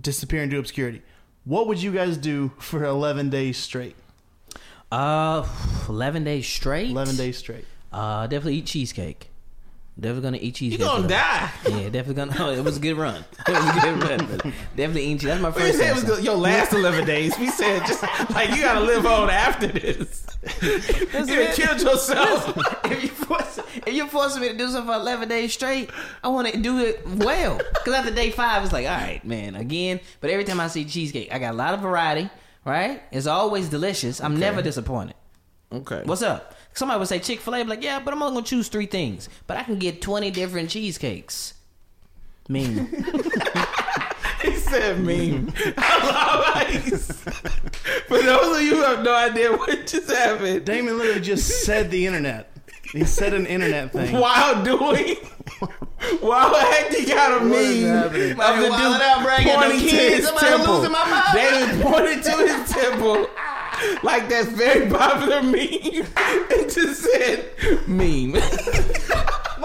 Speaker 3: Disappear into obscurity. What would you guys do for 11 days straight?
Speaker 2: you. Uh, eleven days straight.
Speaker 3: 11 days straight.
Speaker 2: Uh, definitely eat cheesecake. Definitely gonna eat
Speaker 1: You
Speaker 2: cheesecake.
Speaker 1: gonna die?
Speaker 2: Yeah, definitely gonna. Oh, it was a good run. It was a good run. But definitely eat cheesecake. That's my
Speaker 1: We
Speaker 2: first.
Speaker 1: said it was
Speaker 2: answer.
Speaker 1: the, your last eleven days. We said just like you gotta live on after this. you done
Speaker 2: it.
Speaker 1: killed yourself.
Speaker 2: if you force if you're forcing me to do something for eleven days straight, I want to do it well. Because after day five, it's like, all right, man, again. But every time I see cheesecake, I got a lot of variety. Right? It's always delicious. I'm never disappointed.
Speaker 1: Okay.
Speaker 2: What's up? Somebody would say Chick Fil A, like, yeah, but I'm only gonna choose three things, but I can get twenty different cheesecakes. Mean,
Speaker 1: He said meme. I love ice. For those of you who have no idea what just happened,
Speaker 3: Damon literally just said the internet. He said an internet thing.
Speaker 1: while doing, while acting out a meme
Speaker 3: is
Speaker 1: of the
Speaker 3: happening?
Speaker 1: dude
Speaker 2: Man, wilding out, bragging on
Speaker 1: pointing to
Speaker 2: kids.
Speaker 1: his
Speaker 2: Somebody
Speaker 1: temple.
Speaker 2: losing my mind.
Speaker 1: They pointed to his temple like that very popular meme and just said meme.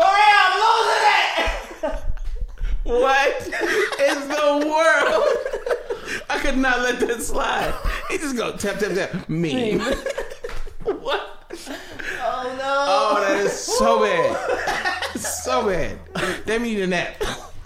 Speaker 1: What is the world? I could not let that slide. He just go tap tap tap meme. what?
Speaker 2: oh no.
Speaker 1: Oh, that is so bad. so bad. They need a nap.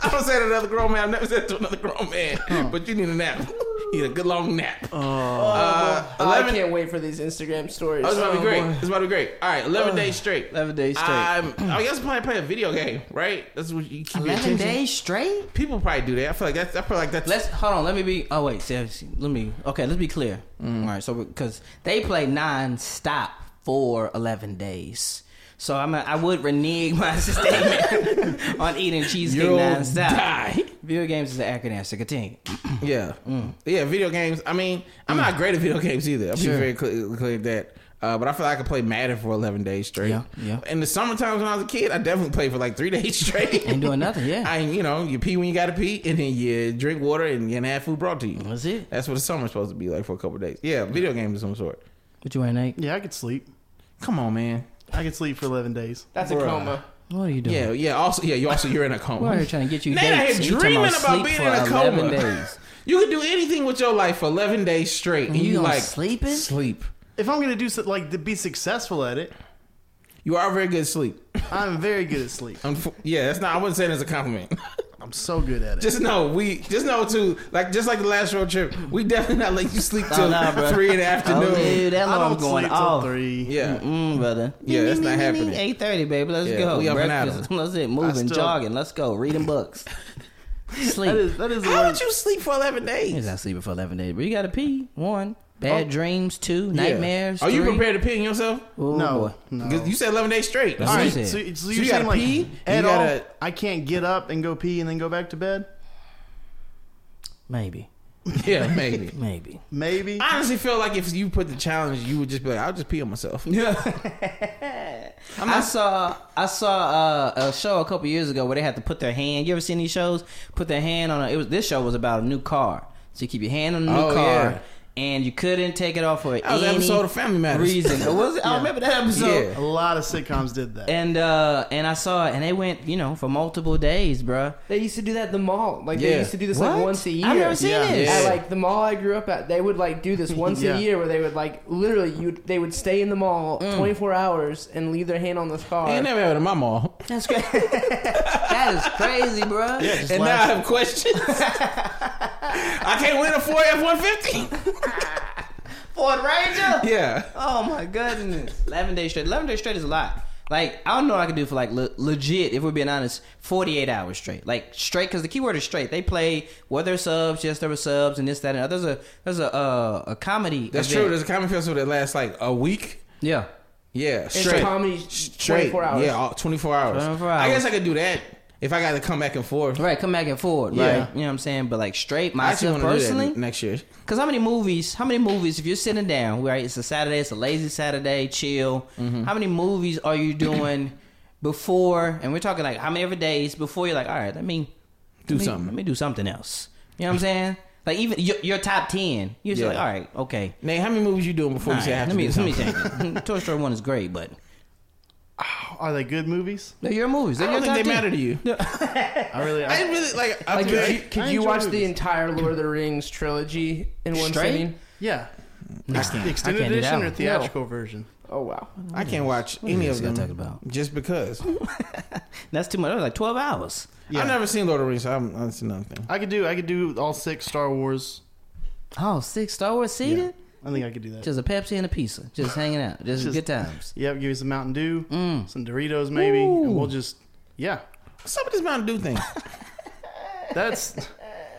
Speaker 1: I don't say to another grown man. I've never said to another grown man, but you need a nap. You need a good long
Speaker 5: Oh.
Speaker 1: nap.
Speaker 2: Oh,
Speaker 1: uh,
Speaker 5: I
Speaker 1: 11.
Speaker 5: can't wait for these Instagram stories.
Speaker 1: oh, this is about to be great. This is about to be great. All right, 11 days straight.
Speaker 5: 11 Oh. days straight.
Speaker 1: I'm, I guess probably play a video game, right? That's what you keep your
Speaker 2: Eleven
Speaker 1: attention.
Speaker 2: days straight.
Speaker 1: People probably do that. I feel like that's. I feel like that's.
Speaker 2: Let's hold on. Let me be. Oh wait, seriously. Let me. Okay, let's be clear. All right. So because they play non-stop for eleven days, so I'm. A, i am I would renege my statement on eating cheesecake
Speaker 1: You'll
Speaker 2: non-stop.
Speaker 1: die.
Speaker 2: Video games is an acronym. So continue.
Speaker 1: Yeah, Mm. yeah. Video games. I mean, I'm not great at video games either. I'll
Speaker 2: Sure.
Speaker 1: be very clear, clear with that. Uh, but I feel like I could play Madden for 11 days straight.
Speaker 2: Yeah, yeah.
Speaker 1: In the summertime when I was a kid, I definitely played for like three days straight.
Speaker 2: Ain't doing nothing. Yeah.
Speaker 1: I, you know, you pee when you got to pee, and then you drink water and you have food brought to you.
Speaker 2: That's it.
Speaker 1: That's what the summer's supposed to be like for a couple of days. Yeah, video games of some sort.
Speaker 2: What you wearing, Nate?
Speaker 3: Yeah, I could sleep.
Speaker 1: Come on, man.
Speaker 3: I could sleep for 11 days.
Speaker 5: That's
Speaker 1: Bruh.
Speaker 5: a coma.
Speaker 2: What are you doing?
Speaker 1: Yeah, yeah. Also, yeah. You also you're in a coma.
Speaker 2: We're out here trying to get you
Speaker 1: Nate out
Speaker 2: dates.
Speaker 1: here
Speaker 2: You talking
Speaker 1: dreaming
Speaker 2: about
Speaker 1: about
Speaker 2: sleep
Speaker 1: being
Speaker 2: for
Speaker 1: in a
Speaker 2: 11
Speaker 1: coma.
Speaker 2: days.
Speaker 1: You could do anything with your life for 11 days straight, and,
Speaker 2: And you
Speaker 1: you,
Speaker 2: gonna
Speaker 1: like
Speaker 2: sleep it?
Speaker 1: Sleep.
Speaker 3: If I'm gonna do so, like to be successful at it,
Speaker 1: You are very good at sleep.
Speaker 3: I'm very good at sleep.
Speaker 1: Unf- yeah, that's not. I wouldn't say it as a compliment.
Speaker 3: I'm so good at it.
Speaker 1: just know we. Just know too. Like just like the last road trip, we definitely not let you sleep
Speaker 2: Oh,
Speaker 1: till
Speaker 2: nah, bruh.
Speaker 1: three in the
Speaker 2: Oh,
Speaker 1: afternoon.
Speaker 2: dude, that
Speaker 3: I
Speaker 2: alarm
Speaker 3: don't
Speaker 2: going
Speaker 3: sleep till
Speaker 2: off.
Speaker 3: three.
Speaker 1: Yeah,
Speaker 2: Mm, brother.
Speaker 1: Yeah, that's not happening.
Speaker 2: Eight thirty, baby. Let's
Speaker 1: Yeah,
Speaker 2: go.
Speaker 1: we up and out of
Speaker 2: Breakfast. Let's it. Moving,
Speaker 3: still-
Speaker 2: jogging. Let's go. Reading books. Sleep.
Speaker 3: That is that is the
Speaker 1: how would
Speaker 3: worst.
Speaker 1: you sleep for eleven
Speaker 2: You
Speaker 1: days?
Speaker 2: gotta sleep for eleven days, but you gotta pee. One. Bad dreams.
Speaker 1: Oh.
Speaker 2: Two.
Speaker 1: Yeah.
Speaker 2: Nightmares.
Speaker 1: Are you
Speaker 2: three.
Speaker 1: prepared to pee on yourself?
Speaker 2: Oh,
Speaker 3: No,
Speaker 2: boy.
Speaker 3: no.
Speaker 1: 'Cause You said eleven days straight.
Speaker 2: That's
Speaker 1: All
Speaker 3: all
Speaker 2: what
Speaker 1: right.
Speaker 3: right,
Speaker 2: he
Speaker 3: so,
Speaker 2: said.
Speaker 3: so you're
Speaker 1: you
Speaker 3: saying
Speaker 1: gotta
Speaker 3: like
Speaker 1: pee,
Speaker 3: at
Speaker 1: you gotta-
Speaker 3: all? I can't get up and go pee and then go back to bed.
Speaker 2: Maybe.
Speaker 1: Yeah, maybe.
Speaker 2: Maybe.
Speaker 3: Maybe.
Speaker 1: I honestly feel like if you put the challenge, you would just be like, I'll just pee on myself.
Speaker 2: I saw I saw uh, a show a couple years ago where they had to put their hand. You ever seen these shows? Put their hand on a. It was this show was about a new car, so you keep your hand on the new
Speaker 1: Oh,
Speaker 2: car,
Speaker 1: yeah.
Speaker 2: and you couldn't take it off for
Speaker 1: That was an
Speaker 2: any
Speaker 1: episode of Family Matters.
Speaker 2: reason. It was. I remember that episode.
Speaker 1: Yeah.
Speaker 3: A lot of sitcoms did that.
Speaker 2: And uh and I saw it, and they went, you know, for multiple days, bruh.
Speaker 5: They used to do that at the mall. Like
Speaker 1: Yeah.
Speaker 5: they used to do this
Speaker 2: What?
Speaker 5: like once a year.
Speaker 2: I've never seen
Speaker 3: Yeah.
Speaker 2: this.
Speaker 1: Yeah.
Speaker 5: At like the mall I grew up at, they would like do this once
Speaker 3: Yeah.
Speaker 5: a year where they would like literally you would, they would stay in the mall 24 hours and leave their hand on this car.
Speaker 1: I ain't never had it in my mall.
Speaker 2: That's crazy. that is crazy, bruh.
Speaker 3: yeah, just
Speaker 1: and now I
Speaker 3: last,
Speaker 1: have questions. I can't win a Ford F one fifty.
Speaker 2: Ford Ranger.
Speaker 1: Yeah,
Speaker 2: Oh my goodness. Eleven days straight. Eleven days straight is a lot. Like I don't know, what I could do for like le- legit. If we're being honest, forty-eight hours straight, like straight, because the keyword is straight. They play were there subs, yes there were subs, and this that and other. There's a there's a uh, a comedy.
Speaker 1: that's
Speaker 2: event.
Speaker 1: true. There's a comedy festival that lasts like a week.
Speaker 2: yeah.
Speaker 1: Yeah,
Speaker 5: it's
Speaker 1: straight.
Speaker 5: comedy
Speaker 1: Straight.
Speaker 5: 24 hours.
Speaker 1: Yeah, all, 24 hours.
Speaker 2: 24
Speaker 1: I
Speaker 2: hours.
Speaker 1: guess I could do that if I got to come back and forth.
Speaker 2: Right, come back and forward.
Speaker 1: Yeah.
Speaker 2: Right, you know what I'm saying. But like straight,
Speaker 1: I actually
Speaker 2: myself
Speaker 1: want to do
Speaker 2: personally,
Speaker 1: that next year.
Speaker 2: Cause how many movies? How many movies? If you're sitting down, right? It's a Saturday. It's a lazy Saturday. Chill.
Speaker 1: Mm-hmm.
Speaker 2: How many movies are you doing before? And we're talking like how many other days before you're like, all right, let me
Speaker 1: Do
Speaker 2: let me-
Speaker 1: something.
Speaker 2: Let me do something else. You know what I'm saying? Like even your, your top ten. You're just
Speaker 1: Yeah.
Speaker 2: like, all right, okay.
Speaker 1: Nate, how many movies you doing before
Speaker 2: All
Speaker 1: you say I
Speaker 2: right,
Speaker 1: have
Speaker 2: let
Speaker 1: to
Speaker 2: me
Speaker 1: do
Speaker 2: let me
Speaker 1: something?
Speaker 2: change it. Toy Story One is great, but
Speaker 3: are they good movies?
Speaker 2: they're your movies.
Speaker 1: I
Speaker 2: They're
Speaker 1: don't
Speaker 2: your
Speaker 1: think they
Speaker 2: top 10.
Speaker 1: matter to you.
Speaker 3: I really.
Speaker 1: I didn't
Speaker 3: I,
Speaker 1: really like. I
Speaker 5: Like
Speaker 1: feel
Speaker 5: could you,
Speaker 1: like-
Speaker 5: could
Speaker 3: I
Speaker 5: you
Speaker 3: enjoy
Speaker 5: watch
Speaker 3: movies.
Speaker 5: the entire Lord of the Rings trilogy in one
Speaker 2: Straight?
Speaker 5: sitting?
Speaker 3: yeah.
Speaker 2: I can't- I
Speaker 3: The extended
Speaker 2: can't do that
Speaker 3: edition
Speaker 2: one.
Speaker 3: or theatrical version?
Speaker 5: Oh wow.
Speaker 1: I can't watch
Speaker 2: is
Speaker 1: any
Speaker 2: this
Speaker 1: of
Speaker 2: guy
Speaker 1: them
Speaker 2: talking about?
Speaker 1: just because.
Speaker 2: That's too much. That was like twelve hours.
Speaker 3: Yeah.
Speaker 1: I've never seen Lord of the Rings. So I'm, that's another thing.
Speaker 3: I could do. I could do all six Star Wars.
Speaker 2: Oh, six Star Wars seated.
Speaker 3: I think I could do that.
Speaker 2: Just a Pepsi and a pizza, just hanging out, just,
Speaker 3: Just-
Speaker 2: good times.
Speaker 3: Yep, give you some Mountain Dew,
Speaker 2: Mm.
Speaker 3: some Doritos maybe, and we'll just yeah.
Speaker 1: What's up with this Mountain Dew thing?
Speaker 3: That's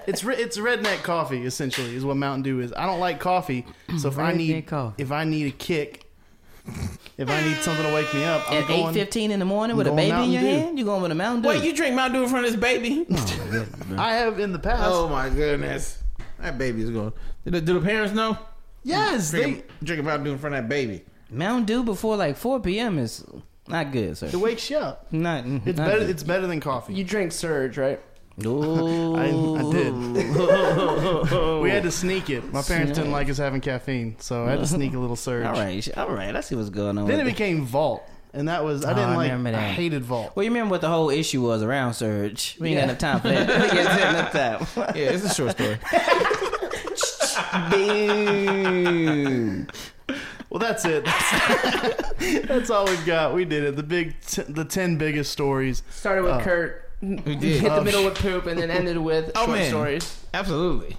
Speaker 3: it's re- it's redneck coffee essentially is what Mountain Dew is. I don't like coffee, so if I
Speaker 2: Redneck
Speaker 3: need
Speaker 2: coffee.
Speaker 3: if I need a kick, If I need something to wake me up, I'm
Speaker 2: At eight
Speaker 3: going.
Speaker 2: fifteen in the morning with a
Speaker 3: going
Speaker 2: baby in
Speaker 3: Mountain
Speaker 2: your
Speaker 3: Dew.
Speaker 2: hand, you going with a Mountain Dew?
Speaker 1: Wait, you drink Mountain Dew in front of this baby?
Speaker 3: I have in the past.
Speaker 1: Oh my goodness, that baby is going. Do the, do the parents know?
Speaker 3: yes, they,
Speaker 1: Drinking drinking Mountain Dew in front of that baby.
Speaker 2: Mountain Dew before like four p.m. is not good, sir.
Speaker 3: it wakes you up.
Speaker 2: Not.
Speaker 3: It's
Speaker 2: not
Speaker 3: better.
Speaker 2: Good.
Speaker 3: It's better than coffee.
Speaker 5: You drink Surge, right?
Speaker 2: Ooh.
Speaker 3: I, I did. we had to sneak it. My parents didn't like us having caffeine, so I had to sneak a little surge.
Speaker 2: All right, sh- all right. I see what's going on.
Speaker 3: Then it
Speaker 2: with it.
Speaker 3: became Vault, and that was I
Speaker 2: Oh,
Speaker 3: didn't
Speaker 2: I
Speaker 3: like.
Speaker 2: remember
Speaker 3: I
Speaker 2: that.
Speaker 3: hated Vault.
Speaker 2: well, you remember what the whole issue was around Surge? We ain't got enough time for that. We ain't got enough time.
Speaker 1: Yeah, it's a short story.
Speaker 2: Boo.
Speaker 3: Well, that's it. That's, that's all we've got. We did it. The big, t- the ten biggest stories.
Speaker 5: Started with
Speaker 3: Oh.
Speaker 5: Kurt. We
Speaker 1: did.
Speaker 5: Hit the
Speaker 1: Oh,
Speaker 5: middle with poop and then ended with
Speaker 1: Oh,
Speaker 5: short
Speaker 1: man.
Speaker 5: stories.
Speaker 1: Absolutely.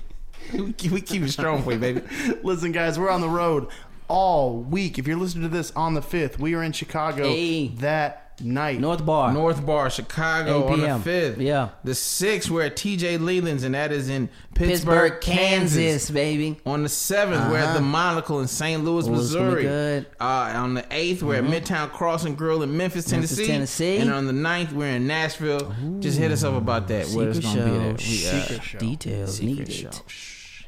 Speaker 1: We keep, we keep it strong for you, baby.
Speaker 3: Listen, guys, we're on the road all week. If you're listening to this on the fifth, we are in Chicago
Speaker 2: Hey.
Speaker 3: that night.
Speaker 2: North Bar.
Speaker 1: North Bar, Chicago
Speaker 2: 8
Speaker 1: on the
Speaker 2: p.m..
Speaker 1: fifth.
Speaker 2: Yeah.
Speaker 1: The sixth, we're at TJ Leland's, and that is in Pittsburgh,
Speaker 2: Pittsburgh,
Speaker 1: Kansas.
Speaker 2: Kansas, baby.
Speaker 1: On the 7th we we're at
Speaker 2: Uh-huh.
Speaker 1: the Monocle in St. Louis,
Speaker 2: Ooh, it's gonna be
Speaker 1: Missouri.
Speaker 2: good. Mm-hmm.
Speaker 1: Uh, on the eighth, we're at Midtown Cross and Grill in Memphis,
Speaker 2: Memphis,
Speaker 1: Tennessee.
Speaker 2: Tennessee.
Speaker 1: And on the 9th, we're in Nashville. Just hit us up about that. Where it's
Speaker 2: Secret
Speaker 1: gonna be
Speaker 2: show.
Speaker 1: at. We, uh,
Speaker 2: Secret show. Details needed.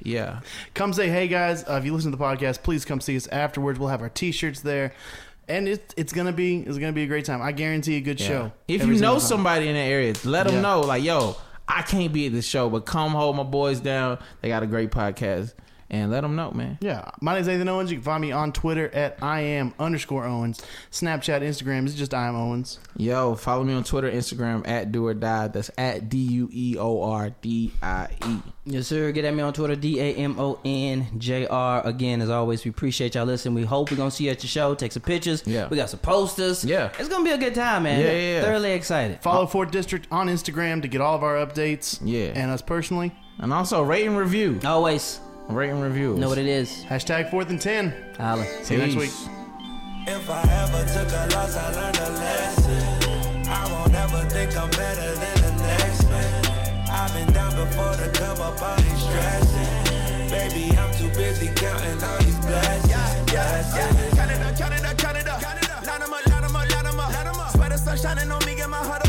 Speaker 1: yeah.
Speaker 3: Come say hey, guys. Uh, if you listen to the podcast, please come see us afterwards. We'll have our T-shirts there, and it, it's gonna be it's gonna be a great time. I guarantee a good show.
Speaker 1: If
Speaker 3: Every
Speaker 1: you know
Speaker 3: single time.
Speaker 1: somebody in the area, let them
Speaker 3: Yeah.
Speaker 1: know. Like, yo, I can't be at this show, but come hold my boys down. They got a great podcast, and let them know, man.
Speaker 3: Yeah, my name's Nathan Owens. You can find me on Twitter at I am underscore Owens. Snapchat, Instagram is just I am Owens.
Speaker 1: Yo, follow me on Twitter, Instagram at Do or Die. That's at D U E O R D I E.
Speaker 2: Yes, sir. Get at me on Twitter, D A M O N J R. Again, as always, we appreciate y'all listening. We hope we're gonna see you at your show. Take some pictures.
Speaker 1: Yeah.
Speaker 2: We got some posters.
Speaker 1: Yeah.
Speaker 2: It's gonna be a good time, man.
Speaker 1: Yeah, yeah, yeah.
Speaker 2: Thoroughly excited.
Speaker 3: Follow Fort District on Instagram to get all of our updates.
Speaker 1: Yeah.
Speaker 3: and us personally.
Speaker 1: And also rate and review.
Speaker 2: Always
Speaker 1: Rate and review.
Speaker 2: know what it is.
Speaker 3: Hashtag Fourth and Ten.
Speaker 2: Holla.
Speaker 3: See you next week.
Speaker 1: Peace.
Speaker 4: If I ever took a loss, I learned a lesson. I won't ever think I'm better than the next man. I've been down before the come up, all these stressing. Baby, I'm too busy counting all these blessings. blessings.
Speaker 6: Count it up, count it up, count it up. Line 'em up, line 'em up, line 'em up. Swear the sun shining on me, get my heart